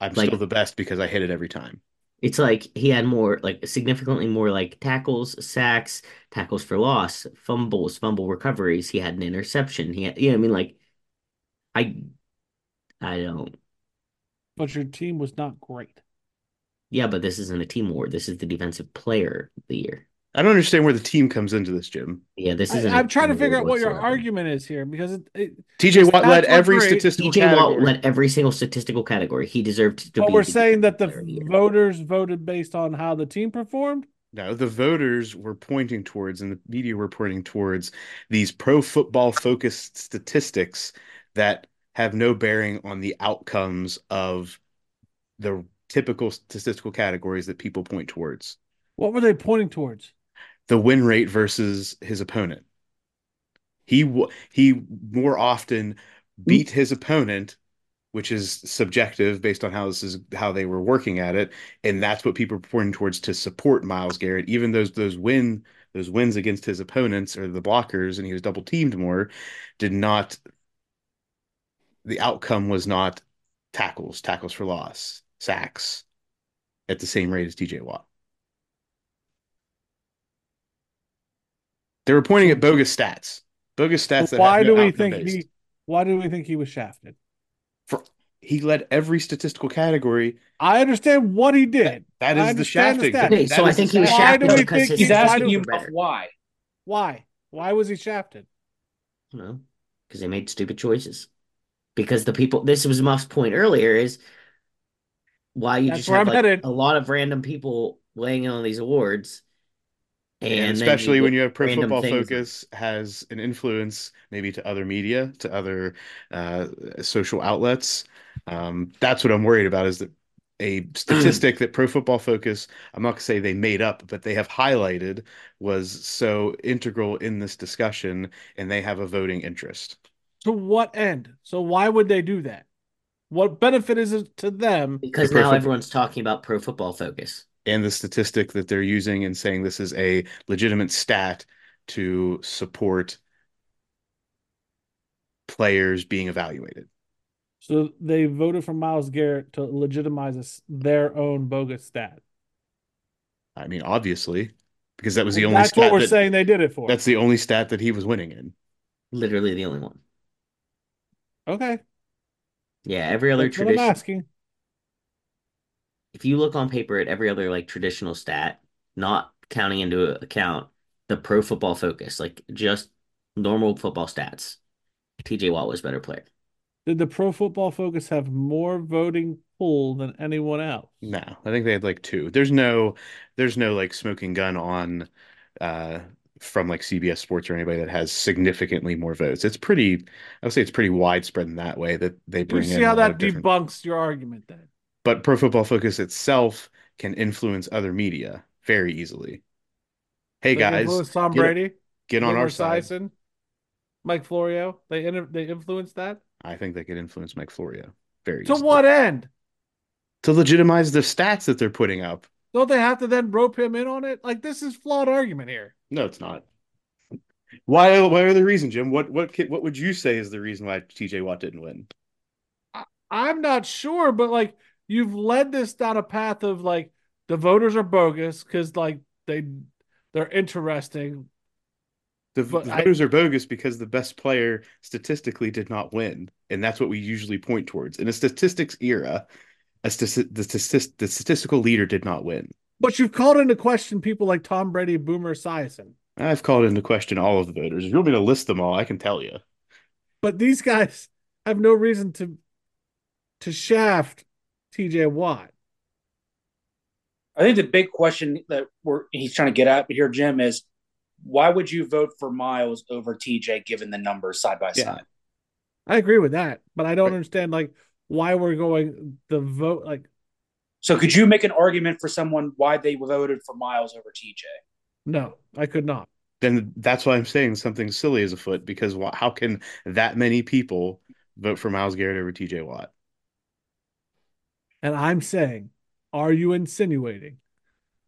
[SPEAKER 1] I'm
[SPEAKER 4] Like-
[SPEAKER 1] still the best because I hit it every time.
[SPEAKER 4] It's like he had more, like significantly more, like tackles, sacks, tackles for loss, fumbles, fumble recoveries. He had an interception. He had, you know, what I mean, like, I, I don't.
[SPEAKER 3] But your team was not great.
[SPEAKER 4] Yeah, but this isn't a team award. This is the defensive player of the year.
[SPEAKER 1] I don't understand where the team comes into this, Jim.
[SPEAKER 4] Yeah, this
[SPEAKER 3] I,
[SPEAKER 4] isn't. a
[SPEAKER 3] I'm trying to
[SPEAKER 4] team
[SPEAKER 3] figure out
[SPEAKER 4] award
[SPEAKER 3] what your
[SPEAKER 4] whatsoever.
[SPEAKER 3] argument is here because it, it,
[SPEAKER 1] TJ Watt
[SPEAKER 3] Stats
[SPEAKER 1] led
[SPEAKER 3] were
[SPEAKER 1] every
[SPEAKER 3] great.
[SPEAKER 1] statistical
[SPEAKER 4] DJ Watt
[SPEAKER 1] category.
[SPEAKER 4] led every single statistical category. He deserved to
[SPEAKER 3] but
[SPEAKER 4] be.
[SPEAKER 3] we're
[SPEAKER 4] the
[SPEAKER 3] saying that the
[SPEAKER 4] defensive player of the year.
[SPEAKER 3] voters voted based on how the team performed.
[SPEAKER 1] No, the voters were pointing towards, and the media were pointing towards these pro football focused statistics that have no bearing on the outcomes of the typical statistical categories that people point towards.
[SPEAKER 3] What were they pointing towards?
[SPEAKER 1] The win rate versus his opponent. He w- he more often beat his opponent, which is subjective based on how this is how they were working at it, and that's what people are pointing towards to support Miles Garrett. Even those those win those wins against his opponents or the blockers, and he was double teamed more, did not. The outcome was not tackles, tackles for loss, sacks, at the same rate as DJ Watt. They were pointing at bogus stats, bogus stats. That
[SPEAKER 3] why
[SPEAKER 1] have
[SPEAKER 3] do
[SPEAKER 1] no
[SPEAKER 3] we
[SPEAKER 1] outcome
[SPEAKER 3] think
[SPEAKER 1] based.
[SPEAKER 3] he? Why do we think he was shafted?
[SPEAKER 1] he led every statistical category?
[SPEAKER 3] I understand what he did.
[SPEAKER 1] That
[SPEAKER 3] I
[SPEAKER 1] is the
[SPEAKER 3] understand the
[SPEAKER 1] shafting.
[SPEAKER 3] stats.
[SPEAKER 1] That
[SPEAKER 4] Okay, so I
[SPEAKER 1] is
[SPEAKER 4] think
[SPEAKER 1] the
[SPEAKER 4] he was
[SPEAKER 1] shafting.
[SPEAKER 3] Why do
[SPEAKER 4] shafted
[SPEAKER 3] we
[SPEAKER 4] because
[SPEAKER 3] think
[SPEAKER 4] his
[SPEAKER 5] He's
[SPEAKER 3] Why
[SPEAKER 4] stats
[SPEAKER 5] asking
[SPEAKER 3] do-
[SPEAKER 5] you
[SPEAKER 4] were
[SPEAKER 5] about
[SPEAKER 4] better.
[SPEAKER 5] why.
[SPEAKER 3] Why? Why was he shafted?
[SPEAKER 4] No, because they made stupid choices. Because the people, this was Muff's point earlier, is why you
[SPEAKER 3] That's
[SPEAKER 4] just
[SPEAKER 3] where
[SPEAKER 4] have
[SPEAKER 3] I'm
[SPEAKER 4] like
[SPEAKER 3] headed.
[SPEAKER 4] a lot of random people laying in on these awards, and,
[SPEAKER 1] And
[SPEAKER 4] then
[SPEAKER 1] especially when
[SPEAKER 4] get
[SPEAKER 1] you have Pro
[SPEAKER 4] random
[SPEAKER 1] Football
[SPEAKER 4] things.
[SPEAKER 1] Focus has an influence maybe to other media, to other uh, social outlets. Um, that's what I'm worried about is that a statistic that Pro Football Focus, I'm not going to say they made up, but they have highlighted was so integral in this discussion and they have a voting interest.
[SPEAKER 3] To what end? So why would they do that? What benefit is it to them?
[SPEAKER 4] Because
[SPEAKER 1] The pro
[SPEAKER 4] now
[SPEAKER 1] football-
[SPEAKER 4] everyone's talking about pro football focus.
[SPEAKER 1] and the statistic that they're using and saying this is a legitimate stat to support players being evaluated.
[SPEAKER 3] So they voted for Miles Garrett to legitimize us- their own bogus stat.
[SPEAKER 1] I mean, obviously, because that was the only
[SPEAKER 3] That's what
[SPEAKER 1] stat
[SPEAKER 3] we're
[SPEAKER 1] that-
[SPEAKER 3] saying they did it for.
[SPEAKER 1] That's the only stat that he was winning in.
[SPEAKER 4] Literally the only one.
[SPEAKER 3] okay.
[SPEAKER 4] Yeah, every other
[SPEAKER 3] That's what I'm
[SPEAKER 4] tradition.
[SPEAKER 3] asking.
[SPEAKER 4] If you look on paper at every other like traditional stat, not counting into account the pro football focus, like just normal football stats, TJ Watt was better player.
[SPEAKER 3] Did the Pro Football Focus have more voting pool than anyone else?
[SPEAKER 1] No, I think they had like two. There's no, there's no like smoking gun on, uh, from like CBS Sports or anybody that has significantly more votes. It's pretty, I would say it's pretty widespread in that way that they
[SPEAKER 3] You
[SPEAKER 1] bring in
[SPEAKER 3] see
[SPEAKER 1] a
[SPEAKER 3] how
[SPEAKER 1] lot
[SPEAKER 3] that
[SPEAKER 1] of different.
[SPEAKER 3] debunks your argument then.
[SPEAKER 1] But Pro Football Focus itself can influence other media very easily. Hey
[SPEAKER 3] Like
[SPEAKER 1] guys,
[SPEAKER 3] influenced Tom
[SPEAKER 1] get-
[SPEAKER 3] Brady,
[SPEAKER 1] get on
[SPEAKER 3] Homer
[SPEAKER 1] our side.
[SPEAKER 3] Sison, Mike Florio, they inter- they influenced that.
[SPEAKER 1] I think they could influence Mike Florio very
[SPEAKER 3] To
[SPEAKER 1] easily.
[SPEAKER 3] what e- end?
[SPEAKER 1] To legitimize the stats that they're putting up.
[SPEAKER 3] Don't they have to then rope him in on it? Like this is flawed argument here.
[SPEAKER 1] No, it's not. Why? Why are the reason, Jim? What? What? ca- What would you say is the reason why T.J. Watt didn't win?
[SPEAKER 3] I'm not sure, but like you've led this down a path of like the voters are bogus because like they they're interesting.
[SPEAKER 1] The, v-
[SPEAKER 3] But
[SPEAKER 1] the
[SPEAKER 3] I-
[SPEAKER 1] voters are bogus because the best player statistically did not win, and that's what we usually point towards in a statistics era. A stati- the, statis- the statistical leader did not win.
[SPEAKER 3] But you've called into question people like Tom Brady, Boomer Sison.
[SPEAKER 1] I've called into question all of the voters. If you want me to list them all, I can tell you.
[SPEAKER 3] But these guys have no reason to to shaft TJ Watt.
[SPEAKER 5] I think the big question that we're he's trying to get at here, Jim, is why would you vote for Miles over TJ given the numbers side by
[SPEAKER 1] Yeah.
[SPEAKER 5] side?
[SPEAKER 3] I agree with that, but I don't
[SPEAKER 1] Right.
[SPEAKER 3] understand like why we're going the vote like
[SPEAKER 5] So could you make an argument for someone why they voted for Miles over TJ?
[SPEAKER 3] no, I could not.
[SPEAKER 1] Then that's why I'm saying something silly is afoot because wh- how can that many people vote for Miles Garrett over T.J. Watt?
[SPEAKER 3] And I'm saying, are you insinuating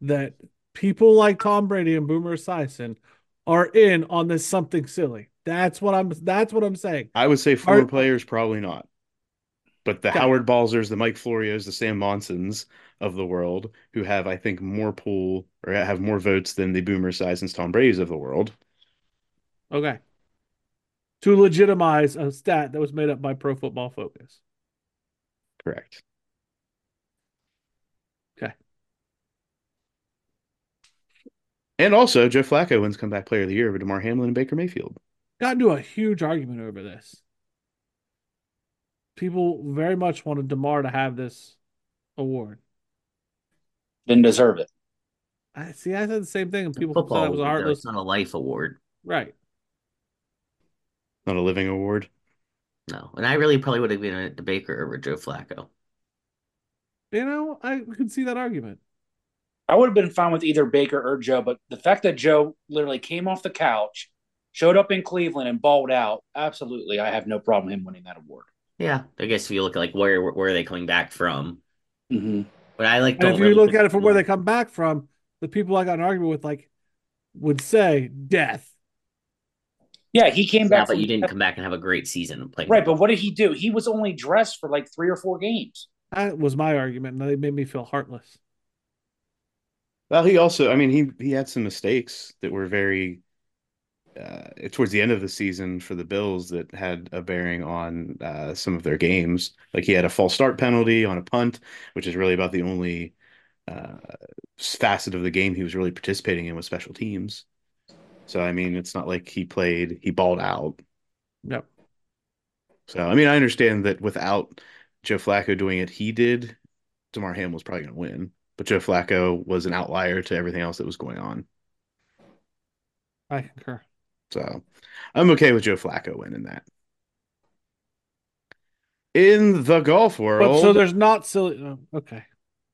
[SPEAKER 3] that people like Tom Brady and Boomer Sison are in on this something silly? That's what I'm that's what I'm saying.
[SPEAKER 1] I would say former
[SPEAKER 3] Are-
[SPEAKER 1] players probably not. But the
[SPEAKER 3] Okay.
[SPEAKER 1] Howard Balzers, the Mike Florios, the Sam Monsons of the world, who have, I think, more pool or have more votes than the Boomer Sisons, Tom Brady's of the world.
[SPEAKER 3] Okay. To legitimize a stat that was made up by Pro Football Focus.
[SPEAKER 1] Correct.
[SPEAKER 3] Okay.
[SPEAKER 1] And also, Joe Flacco wins comeback player of the year over DeMar Hamlin and Baker Mayfield.
[SPEAKER 3] Got into a huge argument over this. People very much wanted DeMar to have this award.
[SPEAKER 5] Didn't deserve it.
[SPEAKER 3] I see. I said the same thing, and people
[SPEAKER 4] Football
[SPEAKER 3] said it was a
[SPEAKER 4] award, though,
[SPEAKER 3] heartless.
[SPEAKER 4] it's not a life award.
[SPEAKER 3] Right.
[SPEAKER 1] Not a living award.
[SPEAKER 4] No. And I really probably would have given it to Baker over Joe Flacco.
[SPEAKER 3] You know, I could see that argument.
[SPEAKER 5] I would have been fine with either Baker or Joe, but the fact that Joe literally came off the couch, showed up in Cleveland and balled out, absolutely, I have no problem him winning that award.
[SPEAKER 4] Yeah. I guess if you look at like where where are they coming back from? But I like
[SPEAKER 3] And
[SPEAKER 4] don't
[SPEAKER 3] if you
[SPEAKER 4] really
[SPEAKER 3] look
[SPEAKER 4] think-
[SPEAKER 3] at it from where they come back from, the people I got in an argument with like would say death.
[SPEAKER 5] Yeah, he came
[SPEAKER 4] Yeah,
[SPEAKER 5] back.
[SPEAKER 4] but
[SPEAKER 5] from-
[SPEAKER 4] you didn't come back and have a great season and play.
[SPEAKER 5] Right, but what did he do? He was only dressed for like three or four games.
[SPEAKER 3] That was my argument, and they made me feel heartless.
[SPEAKER 1] Well, he also, I mean, he he had some mistakes that were very uh, towards the end of the season for the Bills that had a bearing on uh, some of their games. Like he had a false start penalty on a punt, which is really about the only uh, facet of the game he was really participating in with special teams. So I mean, it's not like he played; he balled out.
[SPEAKER 3] Yep.
[SPEAKER 1] So I mean, I understand that without Joe Flacco doing it, he did. Damar Hamlin was probably going to win, but Joe Flacco was an outlier to everything else that was going on.
[SPEAKER 3] I concur.
[SPEAKER 1] So I'm okay with Joe Flacco winning that. In the golf
[SPEAKER 3] But
[SPEAKER 1] world,
[SPEAKER 3] so there's not silly. oh, okay.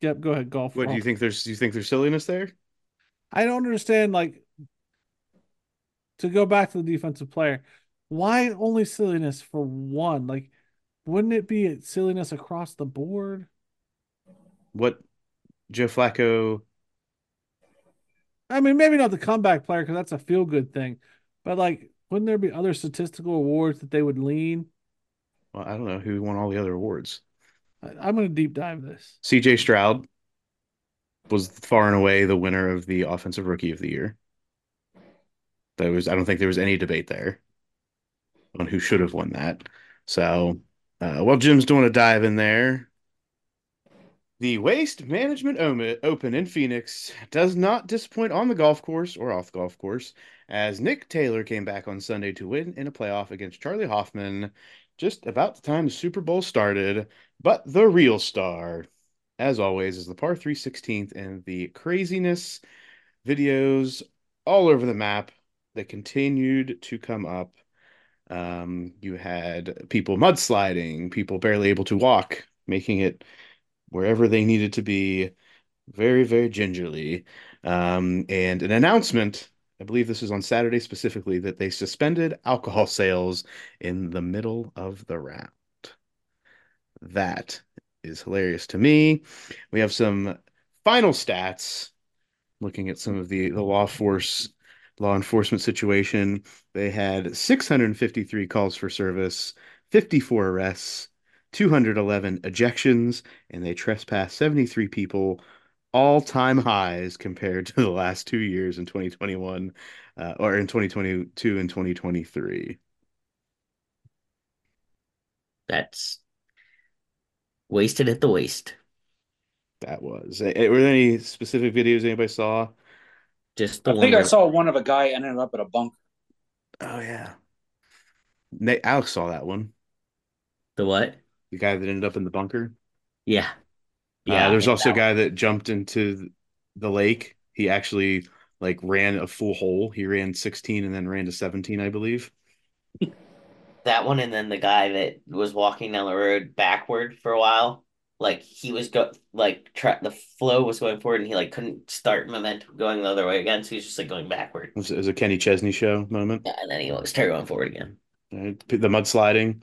[SPEAKER 3] Yep. Go ahead. Golf.
[SPEAKER 1] what do you
[SPEAKER 3] world.
[SPEAKER 1] think? There's do you think there's silliness there?
[SPEAKER 3] I don't understand. Like to go back to the defensive player, why only silliness for one? Like, wouldn't it be silliness across the board?
[SPEAKER 1] What Joe Flacco?
[SPEAKER 3] I mean, maybe not the comeback player because that's a feel good thing, but like, wouldn't there be other statistical awards that they would lean?
[SPEAKER 1] Well, I don't know who won all the other awards.
[SPEAKER 3] I, I'm going to deep dive this.
[SPEAKER 1] CJ Stroud was far and away the winner of the offensive rookie of the year. There was I don't think there was any debate there on who should have won that. So uh, while Jim's doing a dive in there, the Waste Management Omi- Open in Phoenix does not disappoint on the golf course or off the golf course, as Nick Taylor came back on Sunday to win in a playoff against Charlie Hoffman just about the time the Super Bowl started. But the real star, as always, is the par 3 16th and the craziness videos all over the map that continued to come up. Um, you had people mudsliding, people barely able to walk, making it wherever they needed to be very, very gingerly. Um, and an announcement, I believe this is on Saturday specifically, that they suspended alcohol sales in the middle of the round. That is hilarious to me. We have some final stats looking at some of the, the law force law enforcement situation. They had 653 calls for service, 54 arrests, 211 ejections, and they trespassed 73 people, all time highs compared to the last two years in 2021 uh, or in 2022 and 2023.
[SPEAKER 4] That's wasted at the waist.
[SPEAKER 1] That was. eh, eh, Were there any specific videos anybody saw?
[SPEAKER 4] Just the
[SPEAKER 5] I
[SPEAKER 4] one.
[SPEAKER 5] think I
[SPEAKER 4] where-
[SPEAKER 5] saw one of a guy ended up at a bunker.
[SPEAKER 1] Oh, yeah. Na- Alex saw that one.
[SPEAKER 4] the what?
[SPEAKER 1] The guy that ended up in the bunker.
[SPEAKER 4] Yeah.
[SPEAKER 1] Yeah,
[SPEAKER 4] Yeah.
[SPEAKER 1] Uh, there's also a guy that jumped into th- the lake. He actually like ran a full hole. He ran 16 and then ran to 17, I believe.
[SPEAKER 4] That one, and then the guy that was walking down the road backward for a while, like he was go like tra- the flow was going forward, and he like couldn't start momentum going the other way again, so he's just like going backward,
[SPEAKER 1] It was, it was a Kenny Chesney show moment.
[SPEAKER 4] Yeah, and then he was started going forward again.
[SPEAKER 1] Uh, p- The mudsliding.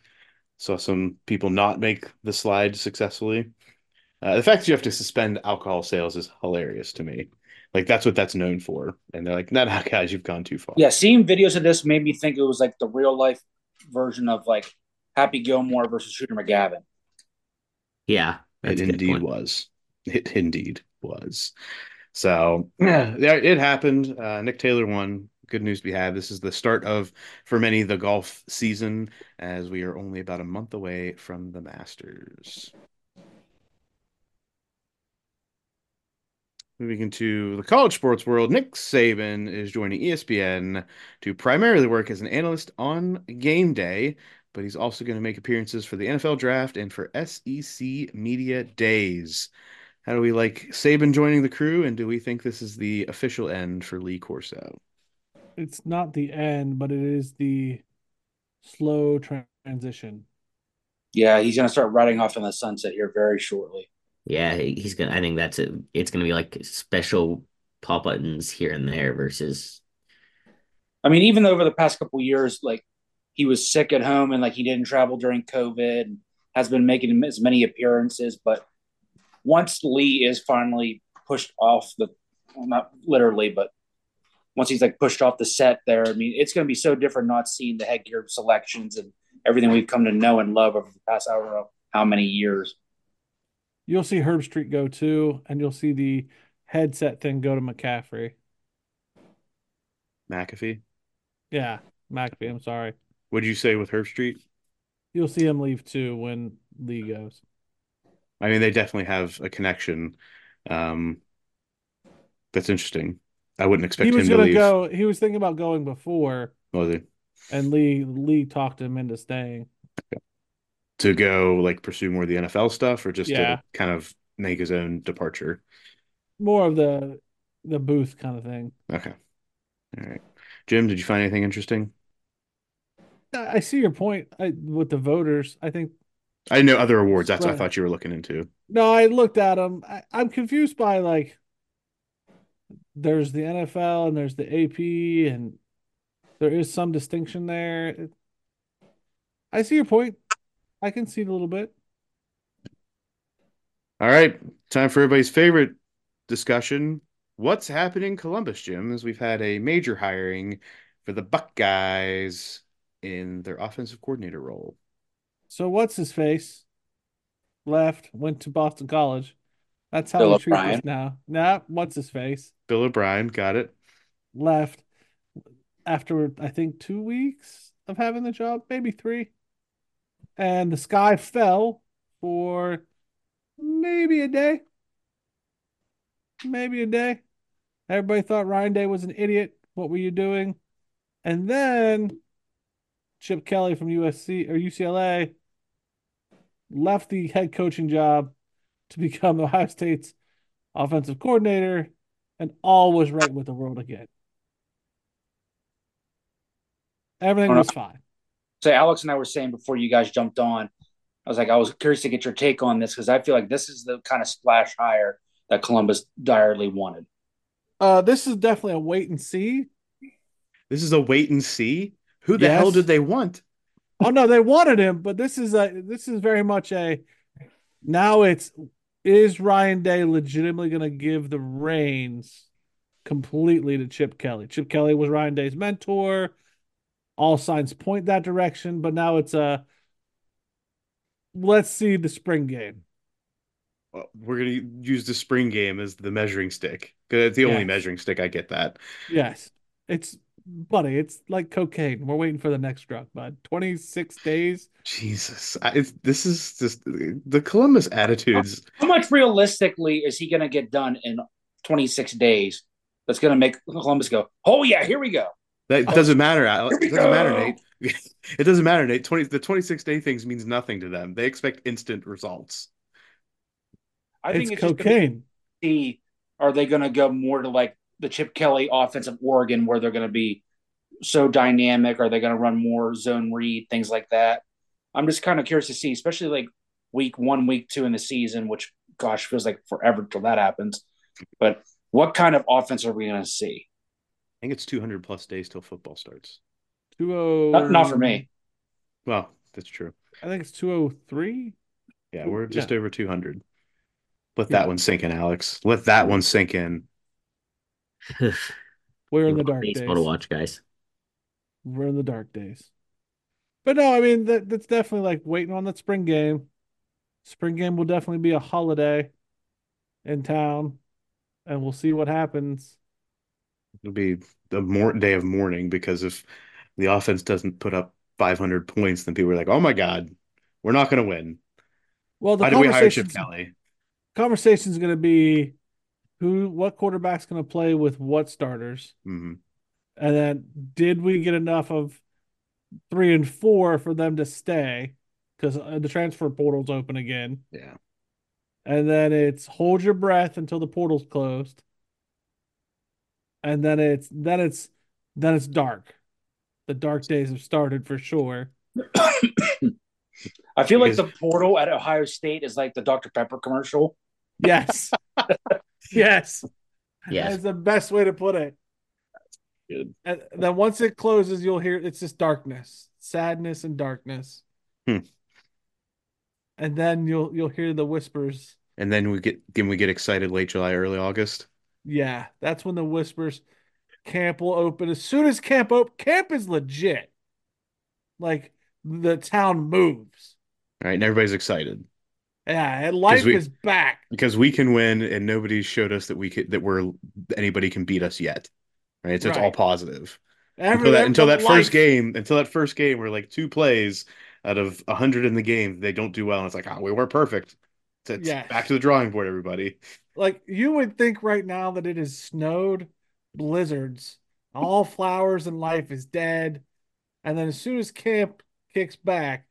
[SPEAKER 1] Saw some people not make the slide successfully. Uh, the fact that you have to suspend alcohol sales is hilarious to me. Like that's what that's known for. And they're like, nah, nah, guys, you've gone too far.
[SPEAKER 5] Yeah, seeing videos of this made me think it was like the real life version of like Happy Gilmore versus Shooter McGavin.
[SPEAKER 4] Yeah,
[SPEAKER 1] It
[SPEAKER 4] that's a good
[SPEAKER 1] indeed
[SPEAKER 4] point.
[SPEAKER 1] was. It indeed was. So yeah, there- it happened. Uh, Nick Taylor won. Good news to be had. This is the start of, for many, the golf season, as we are only about a month away from the Masters. Moving into the college sports world, Nick Saban is joining E ESPN to primarily work as an analyst on game day, but he's also going to make appearances for the NFL draft and for SEC media days. How do we like Saban joining the crew, and do we think this is the official end for Lee Corso?
[SPEAKER 3] It's not the end, but it is the slow tra- transition.
[SPEAKER 5] Yeah, he's gonna start riding off in the sunset here very shortly.
[SPEAKER 4] Yeah, he- he's gonna. I think that's it. It's gonna be like special pop buttons here and there versus.
[SPEAKER 5] I mean, even over the past couple years, like he was sick at home and like he didn't travel during COVID and has been making as many appearances. But once Lee is finally pushed off the, well, not literally, but once he's like pushed off the set there, I mean, it's going to be so different not seeing the headgear selections and everything we've come to know and love over the past, I don't know how many years.
[SPEAKER 3] You'll see Herb Street go too, and you'll see the headset thing go to McCaffrey.
[SPEAKER 1] McAfee,
[SPEAKER 3] Yeah, McAfee. I'm sorry.
[SPEAKER 1] what did you say with Herb Street?
[SPEAKER 3] You'll see him leave too when Lee goes.
[SPEAKER 1] I mean, they definitely have a connection. Um, that's interesting. I wouldn't expect
[SPEAKER 3] He was
[SPEAKER 1] him to
[SPEAKER 3] gonna
[SPEAKER 1] leave.
[SPEAKER 3] go. He was thinking about going before,
[SPEAKER 1] was he?
[SPEAKER 3] and Lee Lee talked him into staying.
[SPEAKER 1] to go like pursue more of the NFL stuff, or just
[SPEAKER 3] Yeah.
[SPEAKER 1] to kind of make his own departure.
[SPEAKER 3] More of the the booth kind of thing.
[SPEAKER 1] Okay. All right. Jim, did you find anything interesting?
[SPEAKER 3] I I see your point I, with the voters. I think
[SPEAKER 1] I know other awards. That's what I
[SPEAKER 3] Right.
[SPEAKER 1] thought you were looking into.
[SPEAKER 3] no, I looked at them. I, I'm confused by like there's the NFL and there's the AP, and there is some distinction there. It- I see your point. I can see it a little bit.
[SPEAKER 1] All right. Time for everybody's favorite discussion. What's happening in Columbus, Jim? As we've had a major hiring for the Buckeyes in their offensive coordinator role.
[SPEAKER 3] So what's his face? Left, went to Boston College. That's how
[SPEAKER 5] Bill
[SPEAKER 3] we treat
[SPEAKER 5] O'Brien.
[SPEAKER 3] this now. Nah, what's his face?
[SPEAKER 1] Bill O'Brien got it.
[SPEAKER 3] Left after I think two weeks of having the job, maybe three. And the sky fell for maybe a day. Maybe a day. Everybody thought Ryan Day was an idiot. What were you doing? And then Chip Kelly from USC or UCLA left the head coaching job to [laughs] become Ohio State's offensive coordinator, and all was right with the world again. Everything
[SPEAKER 5] Hold on.
[SPEAKER 3] was fine.
[SPEAKER 5] So Alex and I were saying before you guys jumped on, I was like, I was curious to get your take on this because I feel like this is the kind of splash hire that Columbus direly wanted.
[SPEAKER 3] Uh, this is definitely a wait and see.
[SPEAKER 1] This is a wait and see. Who the hell
[SPEAKER 3] Yes.
[SPEAKER 1] did they want?
[SPEAKER 3] Oh no, they wanted him, but this is a this is very much a now it's is Ryan Day legitimately going to give the reins completely to Chip Kelly? Chip Kelly was Ryan Day's mentor. All signs point that direction, but now it's a let's see the spring game.
[SPEAKER 1] Well, we're gonna use the spring game as the measuring stick because it's the only
[SPEAKER 3] Yes.
[SPEAKER 1] measuring stick. I get that.
[SPEAKER 3] Yes. It's buddy, it's like cocaine. We're waiting for the next drug, bud. 26 days.
[SPEAKER 1] Jesus, I, it's, this is just the Columbus attitudes.
[SPEAKER 5] How much realistically is he going to get done in 26 days? That's going to make Columbus go, oh yeah, here we go.
[SPEAKER 1] That doesn't matter. Al-
[SPEAKER 5] Oh, Here we
[SPEAKER 1] It doesn't matter,
[SPEAKER 5] go.
[SPEAKER 1] Nate. [laughs] It doesn't matter, Nate. Twenty the twenty six day things means nothing to them. They expect instant results.
[SPEAKER 5] I
[SPEAKER 3] it's
[SPEAKER 5] think it's just gonna
[SPEAKER 3] cocaine.
[SPEAKER 5] see are they going to go more to like the Chip Kelly offense of Oregon where they're going to be so dynamic? Are they going to run more zone read, things like that? I'm just kind of curious to see, especially like week one, week two in the season, which gosh feels like forever till that happens. But what kind of offense are we going to see?
[SPEAKER 1] I think it's two hundred plus days till football starts.
[SPEAKER 3] 20
[SPEAKER 5] Not, not for me.
[SPEAKER 1] Well, that's true.
[SPEAKER 3] I think it's 203.
[SPEAKER 1] Yeah, we're just over two hundred. Let
[SPEAKER 3] Yeah.
[SPEAKER 1] that one sink in, Alex. Let that one sink in.
[SPEAKER 3] We're in the dark days.
[SPEAKER 4] baseball to watch, guys.
[SPEAKER 3] We're in the dark days. But no, I mean that that's definitely like waiting on that spring game. Spring game will definitely be a holiday in town, and we'll see what happens.
[SPEAKER 1] It'll be the more day of mourning because if the offense doesn't put up 500 points, then people are like, "Oh my God, we're not going to win."
[SPEAKER 3] Well, the
[SPEAKER 1] Why did we hire Chip
[SPEAKER 3] conversation's-
[SPEAKER 1] Kelly?
[SPEAKER 3] conversation's going to be who, what quarterback's going to play with what starters,
[SPEAKER 1] hmm
[SPEAKER 3] and then did we get enough of three and four for them to stay because the transfer portal's open again.
[SPEAKER 1] Yeah.
[SPEAKER 3] And then it's hold your breath until the portal's closed. And then it's then it's then it's dark. The dark days have started for sure.
[SPEAKER 5] I feel like
[SPEAKER 1] Is-
[SPEAKER 5] the portal at Ohio State is like the Dr. Pepper commercial.
[SPEAKER 3] Yes. yes.
[SPEAKER 4] Yes.
[SPEAKER 3] That's the best way to put it.
[SPEAKER 1] Good.
[SPEAKER 3] And then once it closes, you'll hear it's just darkness, sadness, and darkness.
[SPEAKER 1] Hmm.
[SPEAKER 3] And then you'll you'll hear the whispers.
[SPEAKER 1] And then we get then we get excited late July, early August.
[SPEAKER 3] Yeah, that's when the whispers. Camp will open as soon as camp open. Camp is legit. Like the town moves.
[SPEAKER 1] All right, and everybody's excited
[SPEAKER 3] Yeah, and life
[SPEAKER 1] we-
[SPEAKER 3] is back.
[SPEAKER 1] because we can win, and nobody's showed us that we could that we're anybody can beat us yet. Right, so it's all
[SPEAKER 3] Right.
[SPEAKER 1] positive
[SPEAKER 3] Every,
[SPEAKER 1] until that until that
[SPEAKER 3] everyone-
[SPEAKER 1] first
[SPEAKER 3] life.
[SPEAKER 1] game. Until that first game, we're like two plays out of a hundred in the game. They don't do well, and it's like, oh, we were perfect. It's- it's
[SPEAKER 3] Yes.
[SPEAKER 1] Back to the drawing board, everybody.
[SPEAKER 3] Like you would think right now that it is snowed, blizzards, all flowers and life is dead. And then as soon as camp kicks back,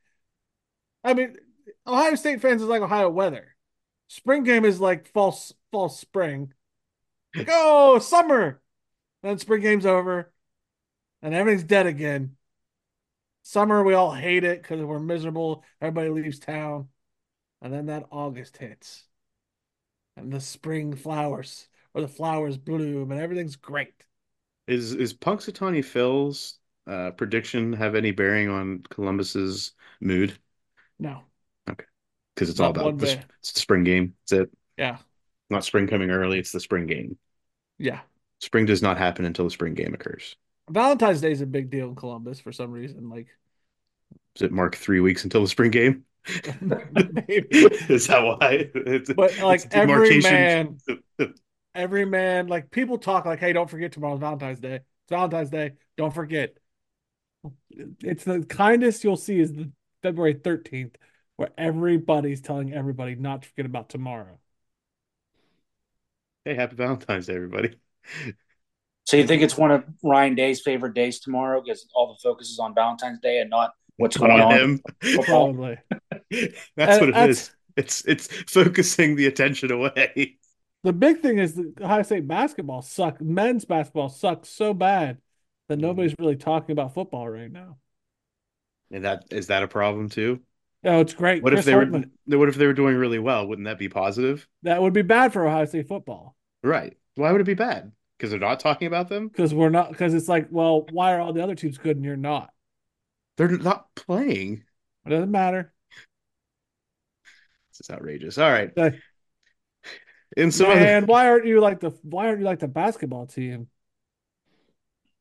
[SPEAKER 3] I mean, Ohio State fans is like Ohio weather. Spring game is like false false spring. Like, oh, summer. Then spring game's over and everything's dead again. Summer, we all hate it because we're miserable. Everybody leaves town. And then that August hits. And the spring flowers or the flowers bloom and everything's great.
[SPEAKER 1] Is is Punxsutawney Phil's uh, prediction have any bearing on Columbus's mood?
[SPEAKER 3] No.
[SPEAKER 1] Because it's
[SPEAKER 3] Not
[SPEAKER 1] all about
[SPEAKER 3] one
[SPEAKER 1] the,
[SPEAKER 3] bit.
[SPEAKER 1] it's the spring game. That's it.
[SPEAKER 3] Yeah.
[SPEAKER 1] Not spring coming early. It's the spring game.
[SPEAKER 3] Yeah.
[SPEAKER 1] Spring does not happen until the spring game occurs. [laughs]
[SPEAKER 3] [laughs] Valentine's Day is a big deal in Columbus for some reason. Like
[SPEAKER 1] Does it mark three weeks until the spring game? [laughs] Is that why? It's,
[SPEAKER 3] But like
[SPEAKER 1] it's
[SPEAKER 3] every
[SPEAKER 1] demarcation.
[SPEAKER 3] man, every man, like people talk like, "Hey, don't forget tomorrow's Valentine's Day. It's Valentine's Day. Don't forget." It's the kindest you'll see is the February thirteenth, where everybody's telling everybody not to forget about tomorrow.
[SPEAKER 1] [laughs] Hey, happy Valentine's Day, everybody.
[SPEAKER 5] So you think it's one of Ryan Day's favorite days tomorrow because all the focus is on Valentine's Day and not what's going
[SPEAKER 1] Not
[SPEAKER 5] on?
[SPEAKER 1] him.
[SPEAKER 5] Football.
[SPEAKER 3] Probably.
[SPEAKER 1] [laughs] That's
[SPEAKER 3] And
[SPEAKER 1] what it
[SPEAKER 3] Uh, that's-
[SPEAKER 1] is. It's it's focusing the attention away.
[SPEAKER 3] The big thing is that Ohio State basketball suck. Men's basketball sucks so bad that
[SPEAKER 1] Mhm.
[SPEAKER 3] nobody's really talking about football right now.
[SPEAKER 1] And that is that a problem too?
[SPEAKER 3] Oh, it's great.
[SPEAKER 1] What if
[SPEAKER 3] Chris
[SPEAKER 1] they were
[SPEAKER 3] Holtman.
[SPEAKER 1] what if they were doing really well? Wouldn't that be positive?
[SPEAKER 3] That would be bad for Ohio State football
[SPEAKER 1] Right. Why would it be bad? Because they're not talking about them?
[SPEAKER 3] because we're not. Because it's like, well, why are all the other teams good and you're not?
[SPEAKER 1] They're not playing.
[SPEAKER 3] It doesn't matter.
[SPEAKER 1] This is outrageous. All right.
[SPEAKER 3] Like,
[SPEAKER 1] In some other-
[SPEAKER 3] Uh, Man, why aren't you like the why aren't you like the basketball team?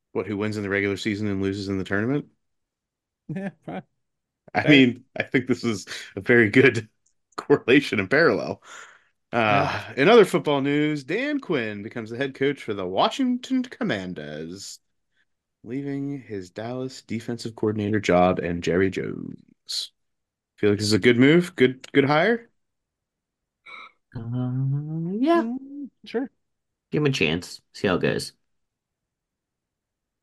[SPEAKER 3] [laughs]
[SPEAKER 1] what who wins in the regular season and loses in the tournament?
[SPEAKER 3] Yeah, right.
[SPEAKER 1] I
[SPEAKER 3] Fair.
[SPEAKER 1] mean, I think this is a very good [laughs] correlation and parallel. Uh, in other football news, Dan Quinn becomes the head coach for the Washington Commanders, leaving his Dallas defensive coordinator job and Jerry Jones. Feel like this is a good move, good good hire.
[SPEAKER 4] Uh, yeah,
[SPEAKER 3] Mm, sure.
[SPEAKER 4] give him a chance. See how it goes.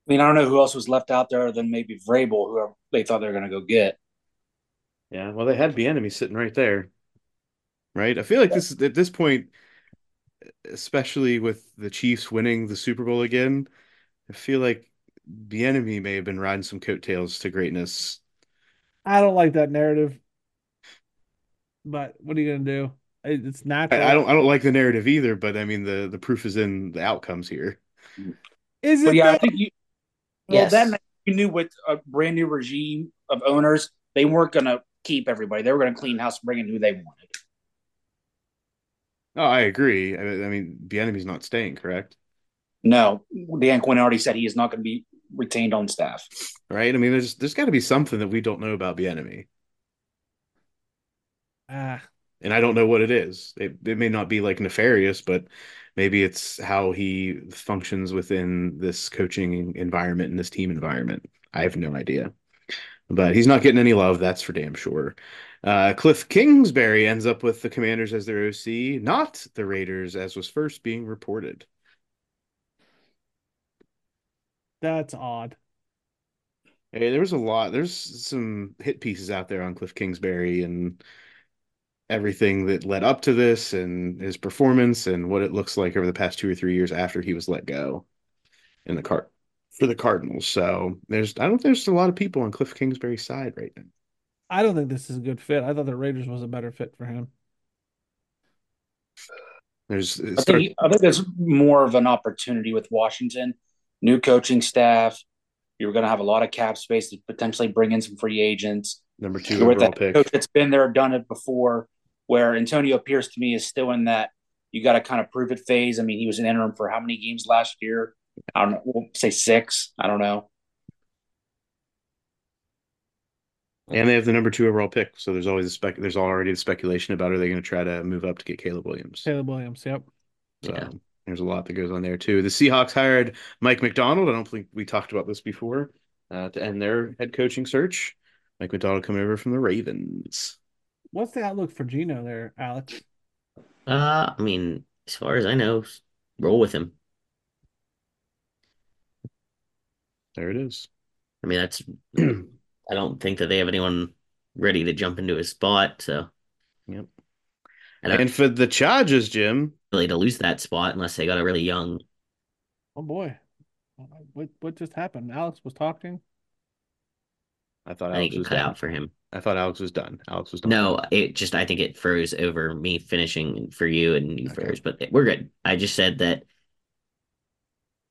[SPEAKER 5] I mean, I don't know who else was left out there than maybe Vrabel, who they thought they were going to go get.
[SPEAKER 1] Yeah, well, they had the enemy sitting right there, right? I feel like this at this point, especially with the Chiefs winning the Super Bowl again, I feel like the enemy may have been riding some coattails to greatness.
[SPEAKER 3] I don't like that narrative, but what are you gonna do? It- It's natural.
[SPEAKER 1] I, I don't, I don't like the narrative either, but I mean the the proof is in the outcomes here.
[SPEAKER 3] Is it
[SPEAKER 5] But yeah, I
[SPEAKER 3] though?
[SPEAKER 5] think you. Well,
[SPEAKER 4] Yes.
[SPEAKER 5] then you knew with a brand new regime of owners, they weren't going to keep everybody. They were going to clean house and bring in who they wanted.
[SPEAKER 1] Oh, I agree. I mean, I mean the enemy's not staying, correct?
[SPEAKER 5] No, Dan Quinn already said he is not going to be retained on staff.
[SPEAKER 1] Right? I mean, there's there's got to be something that we don't know about the enemy,
[SPEAKER 3] Ah,
[SPEAKER 1] and I don't know what it is. It it may not be like nefarious, but maybe it's how he functions within this coaching environment and this team environment. I have no idea. But he's not getting any love, that's for damn sure. Uh, Cliff Kingsbury ends up with the Commanders as their OC, not the Raiders, as was first being reported.
[SPEAKER 3] that's odd.
[SPEAKER 1] Hey, there was a lot. There's some hit pieces out there on Cliff Kingsbury and everything that led up to this and his performance and what it looks like over the past two or three years after he was let go in the card for the Cardinals. So there's, I don't think there's a lot of people on Cliff Kingsbury's side right now.
[SPEAKER 3] I don't think this is a good fit. I thought the Raiders was a better fit for him.
[SPEAKER 1] There's, it
[SPEAKER 5] I
[SPEAKER 1] starts-
[SPEAKER 5] think, I think there's more of an opportunity with Washington, new coaching staff. You're going to have a lot of cap space to potentially bring in some free agents.
[SPEAKER 1] number two
[SPEAKER 5] You're with
[SPEAKER 1] overall
[SPEAKER 5] that
[SPEAKER 1] pick.
[SPEAKER 5] coach that's been there, done it before. Where Antonio Pierce to me is still in that you got to kind of prove it phase. I mean, he was an interim for how many games last year? I don't know. We'll say six. I don't know.
[SPEAKER 1] And they have the number two overall pick, so there's always a spec. There's already the speculation about are they going to try to move up to get Caleb Williams?
[SPEAKER 3] Caleb Williams. Yep.
[SPEAKER 1] So
[SPEAKER 4] Yeah.
[SPEAKER 1] there's a lot that goes on there too. The Seahawks hired Mike McDonald. I don't think we talked about this before uh, to end their head coaching search. Mike McDonald coming over from the Ravens.
[SPEAKER 3] What's the outlook for Gino there, Alex?
[SPEAKER 4] Uh, I mean, as far as I know, roll with him.
[SPEAKER 1] There it is.
[SPEAKER 4] I mean, that's I don't think that they have anyone ready to jump into his spot, so
[SPEAKER 1] Yep.
[SPEAKER 4] and I
[SPEAKER 1] And for the Chargers, Jim,
[SPEAKER 4] really to lose that spot unless they got a really young.
[SPEAKER 3] Oh boy. What what just happened? Alex was talking.
[SPEAKER 1] I thought
[SPEAKER 4] I think
[SPEAKER 1] Alex
[SPEAKER 4] it
[SPEAKER 1] was
[SPEAKER 4] cut
[SPEAKER 1] done.
[SPEAKER 4] out for him.
[SPEAKER 1] I thought Alex was done. Alex was done.
[SPEAKER 4] No, it just I think it froze over me finishing and for you and you
[SPEAKER 1] Okay.
[SPEAKER 4] froze, but we're good. I just said that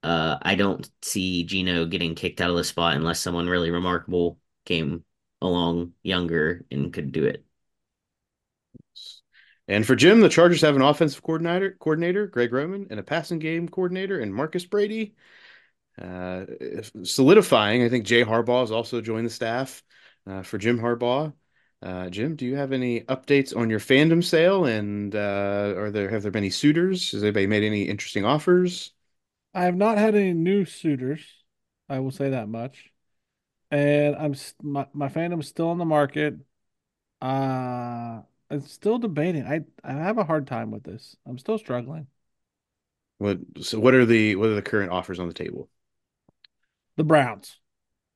[SPEAKER 4] uh I don't see Gino getting kicked out of the spot unless someone really remarkable came along younger and could do it.
[SPEAKER 1] And for Jim, the Chargers have an offensive coordinator, coordinator Greg Roman, and a passing game coordinator, and Marcus Brady. Uh, solidifying, I think Jay Harbaugh has also joined the staff. uh, for Jim Harbaugh. Uh, Jim, do you have any updates on your fandom sale? And uh, are there have there been any suitors? Has anybody made any interesting offers?
[SPEAKER 3] I have not had any new suitors. I will say that much. And I'm s- my my fandom's still on the market. Uh, I'm still debating. I I have a hard time with this. I'm still struggling.
[SPEAKER 1] What so what are the what are the current offers on the table?
[SPEAKER 3] The Browns,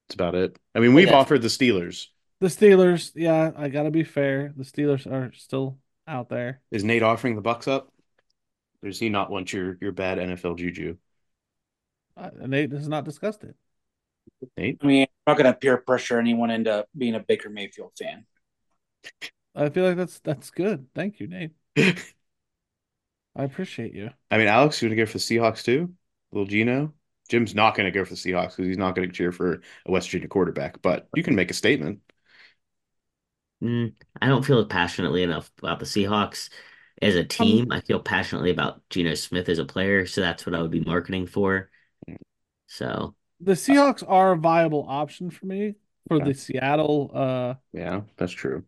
[SPEAKER 1] That's about it. I mean, we've
[SPEAKER 4] Yeah.
[SPEAKER 1] offered the Steelers.
[SPEAKER 3] the Steelers. Yeah, I gotta be fair. The Steelers are still out there.
[SPEAKER 1] Is Nate offering the Bucks up? Or does he not want your your bad NFL juju?
[SPEAKER 3] Uh, Nate has not discussed it.
[SPEAKER 1] Nate,
[SPEAKER 5] I mean, I'm not going to peer pressure anyone into being a Baker Mayfield fan.
[SPEAKER 3] I feel like that's that's good. Thank you,
[SPEAKER 4] [laughs]
[SPEAKER 3] Nate.
[SPEAKER 1] I
[SPEAKER 3] I appreciate you.
[SPEAKER 1] mean, Alex, you want to go for the Seahawks too? Little Gino. Jim's not going to go for the Seahawks because he's not going to cheer for a West Virginia quarterback. But you can make a statement.
[SPEAKER 4] Mm, I don't feel passionately enough about the Seahawks as
[SPEAKER 3] Um,
[SPEAKER 4] a team. I feel passionately about Geno Smith as a player, so that's what I would be marketing for. So
[SPEAKER 3] The Seahawks are a viable option for me for
[SPEAKER 1] Okay.
[SPEAKER 3] the Seattle uh
[SPEAKER 1] Yeah, that's true.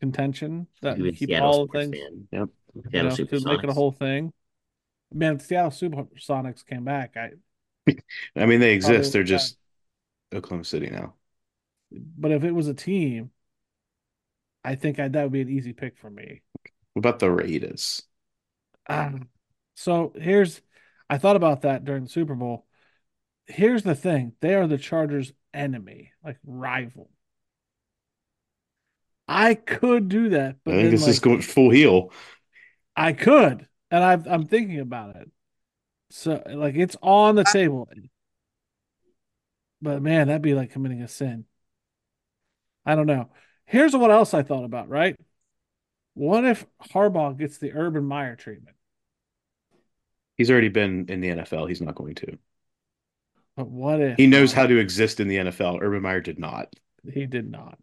[SPEAKER 3] contention that
[SPEAKER 4] you
[SPEAKER 3] we
[SPEAKER 4] would
[SPEAKER 3] keep
[SPEAKER 4] Seattle
[SPEAKER 3] all the
[SPEAKER 4] sports
[SPEAKER 3] things.
[SPEAKER 4] fan.
[SPEAKER 1] Yep.
[SPEAKER 3] you
[SPEAKER 4] Seattle
[SPEAKER 3] know, to make it a
[SPEAKER 4] Supersonics.
[SPEAKER 3] whole thing. Man, if Seattle Supersonics came back. I
[SPEAKER 1] I mean, they
[SPEAKER 3] Probably
[SPEAKER 1] exist. They're
[SPEAKER 3] not.
[SPEAKER 1] just Oklahoma City now.
[SPEAKER 3] but if it was a team, I think I, that would be an easy pick for me.
[SPEAKER 1] What about the Raiders?
[SPEAKER 3] Ah, so here's, I thought about that during the Super Bowl. Here's the thing: they are the Chargers' enemy, like rival. I could do that,
[SPEAKER 1] I
[SPEAKER 3] but
[SPEAKER 1] think
[SPEAKER 3] then,
[SPEAKER 1] this is
[SPEAKER 3] like,
[SPEAKER 1] going full heel.
[SPEAKER 3] I could, and I've, I'm thinking about it. So, like, it's on the table. But man, that'd be like committing a sin. I don't know. Here's what else I thought about, right? What if Harbaugh gets the Urban Meyer treatment?
[SPEAKER 1] He's already been in the NFL. He's not going to.
[SPEAKER 3] But what if
[SPEAKER 1] He knows how to exist in the NFL. Urban Meyer did not.
[SPEAKER 3] He did not.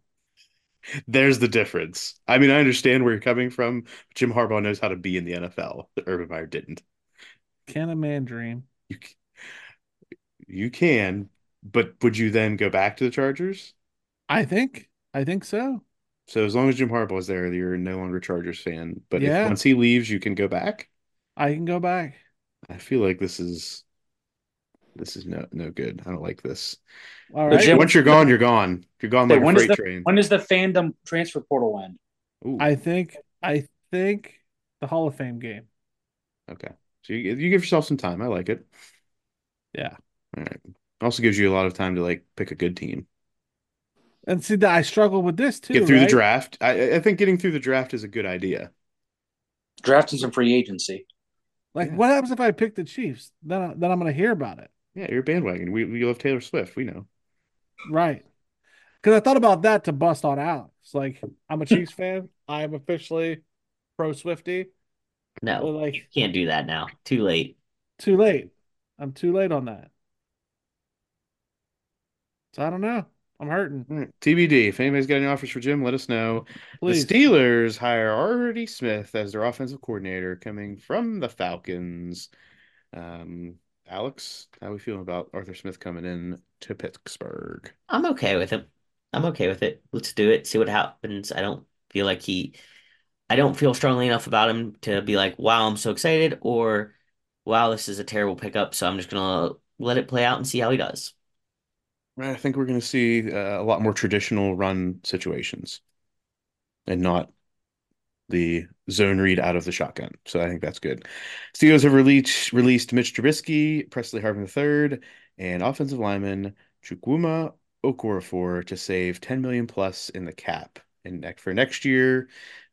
[SPEAKER 1] There's the difference. I mean, I understand where you're coming from. Jim Harbaugh knows how to be in the NFL. Urban Meyer didn't.
[SPEAKER 3] Can a man dream?
[SPEAKER 1] You c- you can, but would you then go back to the Chargers?
[SPEAKER 3] I think. I think so.
[SPEAKER 1] So as long as Jim Harbaugh is there, you're no longer a Chargers fan. But if-
[SPEAKER 3] Yeah.
[SPEAKER 1] once he leaves, you can go back.
[SPEAKER 3] I can go back.
[SPEAKER 1] I feel like this is this is no no good. I don't like this.
[SPEAKER 3] All
[SPEAKER 5] So
[SPEAKER 3] right.
[SPEAKER 5] Jim-
[SPEAKER 1] Once you're gone, you're gone. You're gone
[SPEAKER 5] Hey,
[SPEAKER 1] like a
[SPEAKER 5] when is
[SPEAKER 1] freight
[SPEAKER 5] the-
[SPEAKER 1] train.
[SPEAKER 5] When does the fandom transfer portal end?
[SPEAKER 1] Ooh,
[SPEAKER 3] I think I think the Hall of Fame game.
[SPEAKER 1] okay. So you, you give yourself some time. I like it.
[SPEAKER 3] Yeah.
[SPEAKER 1] All right. Also gives you a lot of time to like pick a good team.
[SPEAKER 3] And see that I struggle with this too.
[SPEAKER 1] Get through the
[SPEAKER 3] right?
[SPEAKER 1] draft. I, I think getting through the draft is a good idea.
[SPEAKER 5] Drafting some free agency.
[SPEAKER 3] Like
[SPEAKER 1] Yeah.
[SPEAKER 3] what happens if I pick the Chiefs? Then I, then I'm gonna hear about it.
[SPEAKER 1] Yeah, you're a bandwagon. We we love Taylor Swift. We know.
[SPEAKER 3] Right. Cause I thought about that to bust on Alex. Like I'm a Chiefs fan. I'm officially pro Swifty.
[SPEAKER 4] No,
[SPEAKER 3] But like
[SPEAKER 4] you can't do that now. Too late.
[SPEAKER 3] too late. I'm too late on that. So I don't know. I'm hurting.
[SPEAKER 1] All right. TBD. If anybody's got any offers for Jim, let us know.
[SPEAKER 3] Please.
[SPEAKER 1] The Steelers hire Artie Smith as their offensive coordinator, coming from the Falcons. Um, Alex, how we feeling about Arthur Smith coming in to Pittsburgh?
[SPEAKER 4] I'm okay with it. I'm okay with it. Let's do it. See what happens. I don't feel like he, I don't feel strongly enough about him to be like, wow, I'm so excited, or wow, this is a terrible pickup. So I'm just gonna let it play out and see how he does.
[SPEAKER 1] Right, I think we're going to see uh, a lot more traditional run situations, and not the zone read out of the shotgun. So I think that's good. Steelers have released released Mitch Trubisky, Presley Harvin III, and offensive lineman Chukwuma Okorafor to save 10 million plus in the cap and ne- for next year.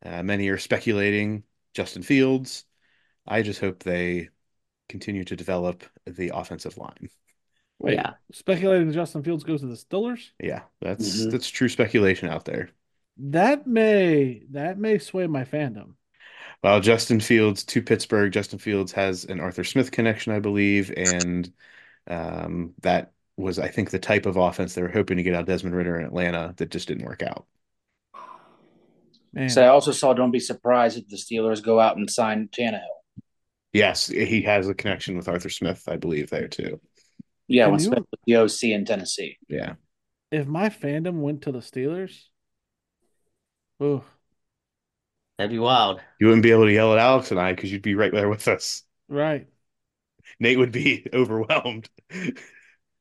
[SPEAKER 1] Uh, many are speculating Justin Fields. I just hope they continue to develop the offensive line.
[SPEAKER 3] Wait.
[SPEAKER 4] Yeah.
[SPEAKER 3] Speculating Justin Fields goes to the Steelers.
[SPEAKER 1] Yeah, that's
[SPEAKER 5] Mhm.
[SPEAKER 1] that's true speculation out there.
[SPEAKER 3] That may that may sway my fandom.
[SPEAKER 1] Well, Justin Fields to Pittsburgh. Justin Fields has an Arthur Smith connection, I believe, and um, that was, I think, the type of offense they were hoping to get out of Desmond Ritter in Atlanta that just didn't work out.
[SPEAKER 3] Man.
[SPEAKER 5] So I also saw. Don't be surprised if the Steelers go out and sign Tannehill.
[SPEAKER 1] Yes, he has a connection with Arthur Smith, I believe, there too.
[SPEAKER 5] Yeah,
[SPEAKER 3] Can
[SPEAKER 5] when
[SPEAKER 3] you-
[SPEAKER 5] Smith was the OC in Tennessee.
[SPEAKER 1] Yeah,
[SPEAKER 3] if my fandom went to the Steelers, ooh,
[SPEAKER 4] That'd be wild.
[SPEAKER 1] You wouldn't be able to yell at Alex and I because you'd be right there with us.
[SPEAKER 3] right,
[SPEAKER 1] Nate would be [laughs] overwhelmed.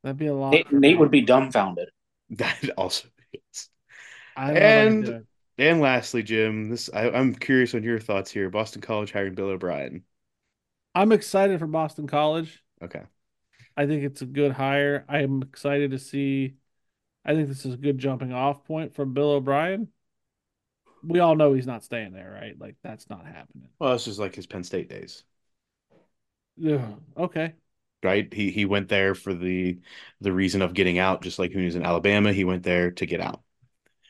[SPEAKER 3] that'd be a lot.
[SPEAKER 5] Nate,
[SPEAKER 3] for
[SPEAKER 5] Nate
[SPEAKER 3] me.
[SPEAKER 5] would be dumbfounded.
[SPEAKER 1] That also is.
[SPEAKER 3] I don't know if I could
[SPEAKER 1] and-
[SPEAKER 3] do it.
[SPEAKER 1] And lastly, Jim, this I, I'm curious on your thoughts here. Boston College hiring Bill O'Brien.
[SPEAKER 3] I'm excited for Boston College.
[SPEAKER 1] Okay.
[SPEAKER 3] I think it's a good hire. I'm excited to see. I think this is a good jumping off point for Bill O'Brien. We all know he's not staying there, right? Like that's not happening.
[SPEAKER 1] Well, this is like his Penn State days,
[SPEAKER 3] Ugh, okay.
[SPEAKER 1] right? He he went there for the the reason of getting out, just like when he was in Alabama, he went there to get out.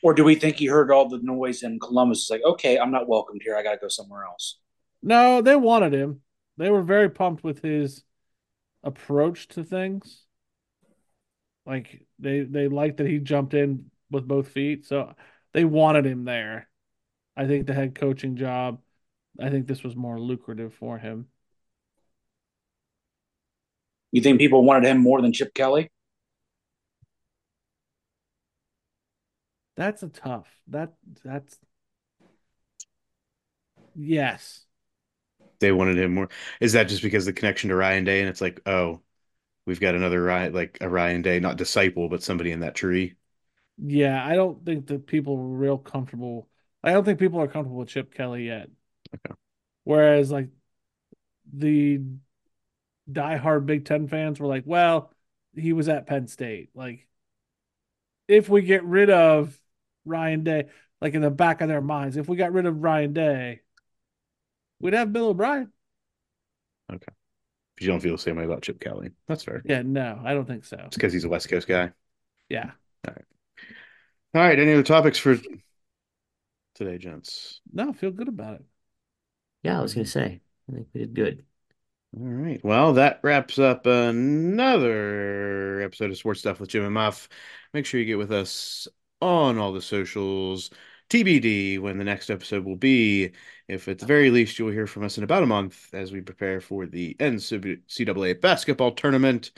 [SPEAKER 5] Or do we think he heard all the noise in Columbus? It's like, okay, I'm not welcomed here. I got to go somewhere else.
[SPEAKER 3] No, they wanted him. They were very pumped with his approach to things. Like they they liked that he jumped in with both feet, so they wanted him there. I think the head coaching job, I think this was more lucrative for him.
[SPEAKER 5] You think people wanted him more than Chip Kelly?
[SPEAKER 3] That's a tough. That that's yes.
[SPEAKER 1] They wanted him more. Is that just because the connection to Ryan Day and it's like, oh, we've got another Ryan like a Ryan Day, not disciple, but somebody in that tree.
[SPEAKER 3] Yeah, I don't think that people were real comfortable. I don't think people are comfortable with Chip Kelly yet.
[SPEAKER 1] Okay.
[SPEAKER 3] Whereas like the diehard Big Ten fans were like, well, he was at Penn State. Like if we get rid of Ryan Day, like in the back of their minds, if we got rid of Ryan Day, we'd have Bill O'Brien.
[SPEAKER 1] If you don't feel the same way about Chip Kelly. That's fair.
[SPEAKER 3] Yeah, no, I don't think so.
[SPEAKER 1] It's because he's a West Coast guy.
[SPEAKER 3] Yeah.
[SPEAKER 1] All right. Any other topics for today, gents?
[SPEAKER 3] No, feel good about it.
[SPEAKER 4] Yeah, I was gonna say. I think we did good.
[SPEAKER 1] All right. Well, that wraps up another episode of Sports Stuff with Jim and Muff. Make sure you get with us on all the socials. TBD when the next episode will be. If at the very least, you'll hear from us in about a month as we prepare for the NCAA basketball tournament,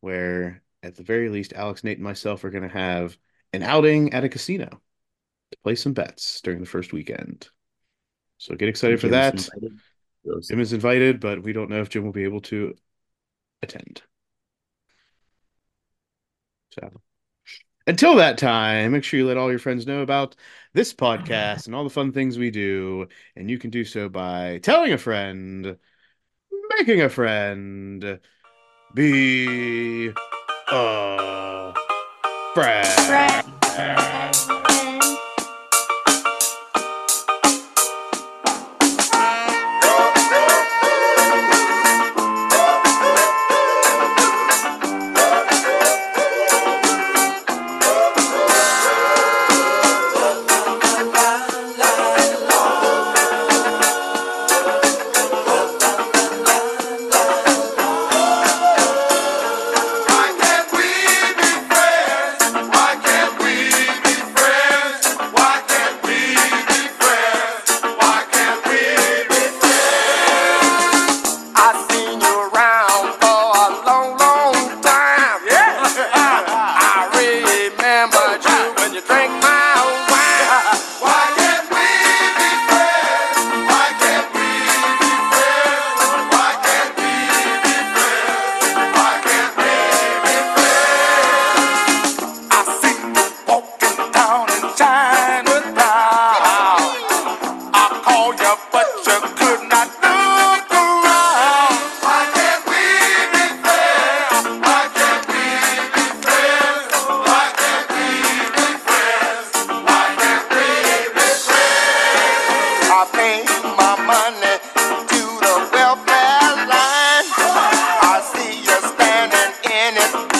[SPEAKER 1] where at the very least, Alex, Nate, and myself are going to have an outing at a casino to play some bets during the first weekend. So get excited for that.
[SPEAKER 4] Jim's invited. Those-
[SPEAKER 1] Jim is invited, but we don't know if Jim will be able to attend. So until that time, make sure you let all your friends know about this podcast and all the fun things we do. And you can do so by telling a friend, making a friend, be a friend.
[SPEAKER 7] Why can't we be friends? Why can't we be friends? Why can't we be friends? Why can't we be friends? I seen you around for a long, long time. Yeah, I remember you when you drank my wine. Why can't we be friends? Why can't we be friends? Why can't we be friends? Why can't we be friends? I see you walking down in Chinatown. I call you, but you could not look around. Why can't we be friends? Why can't we be friends? Why can't we be friends? Why can't we be friends? I pay my money to the welfare line. I see you standing in it.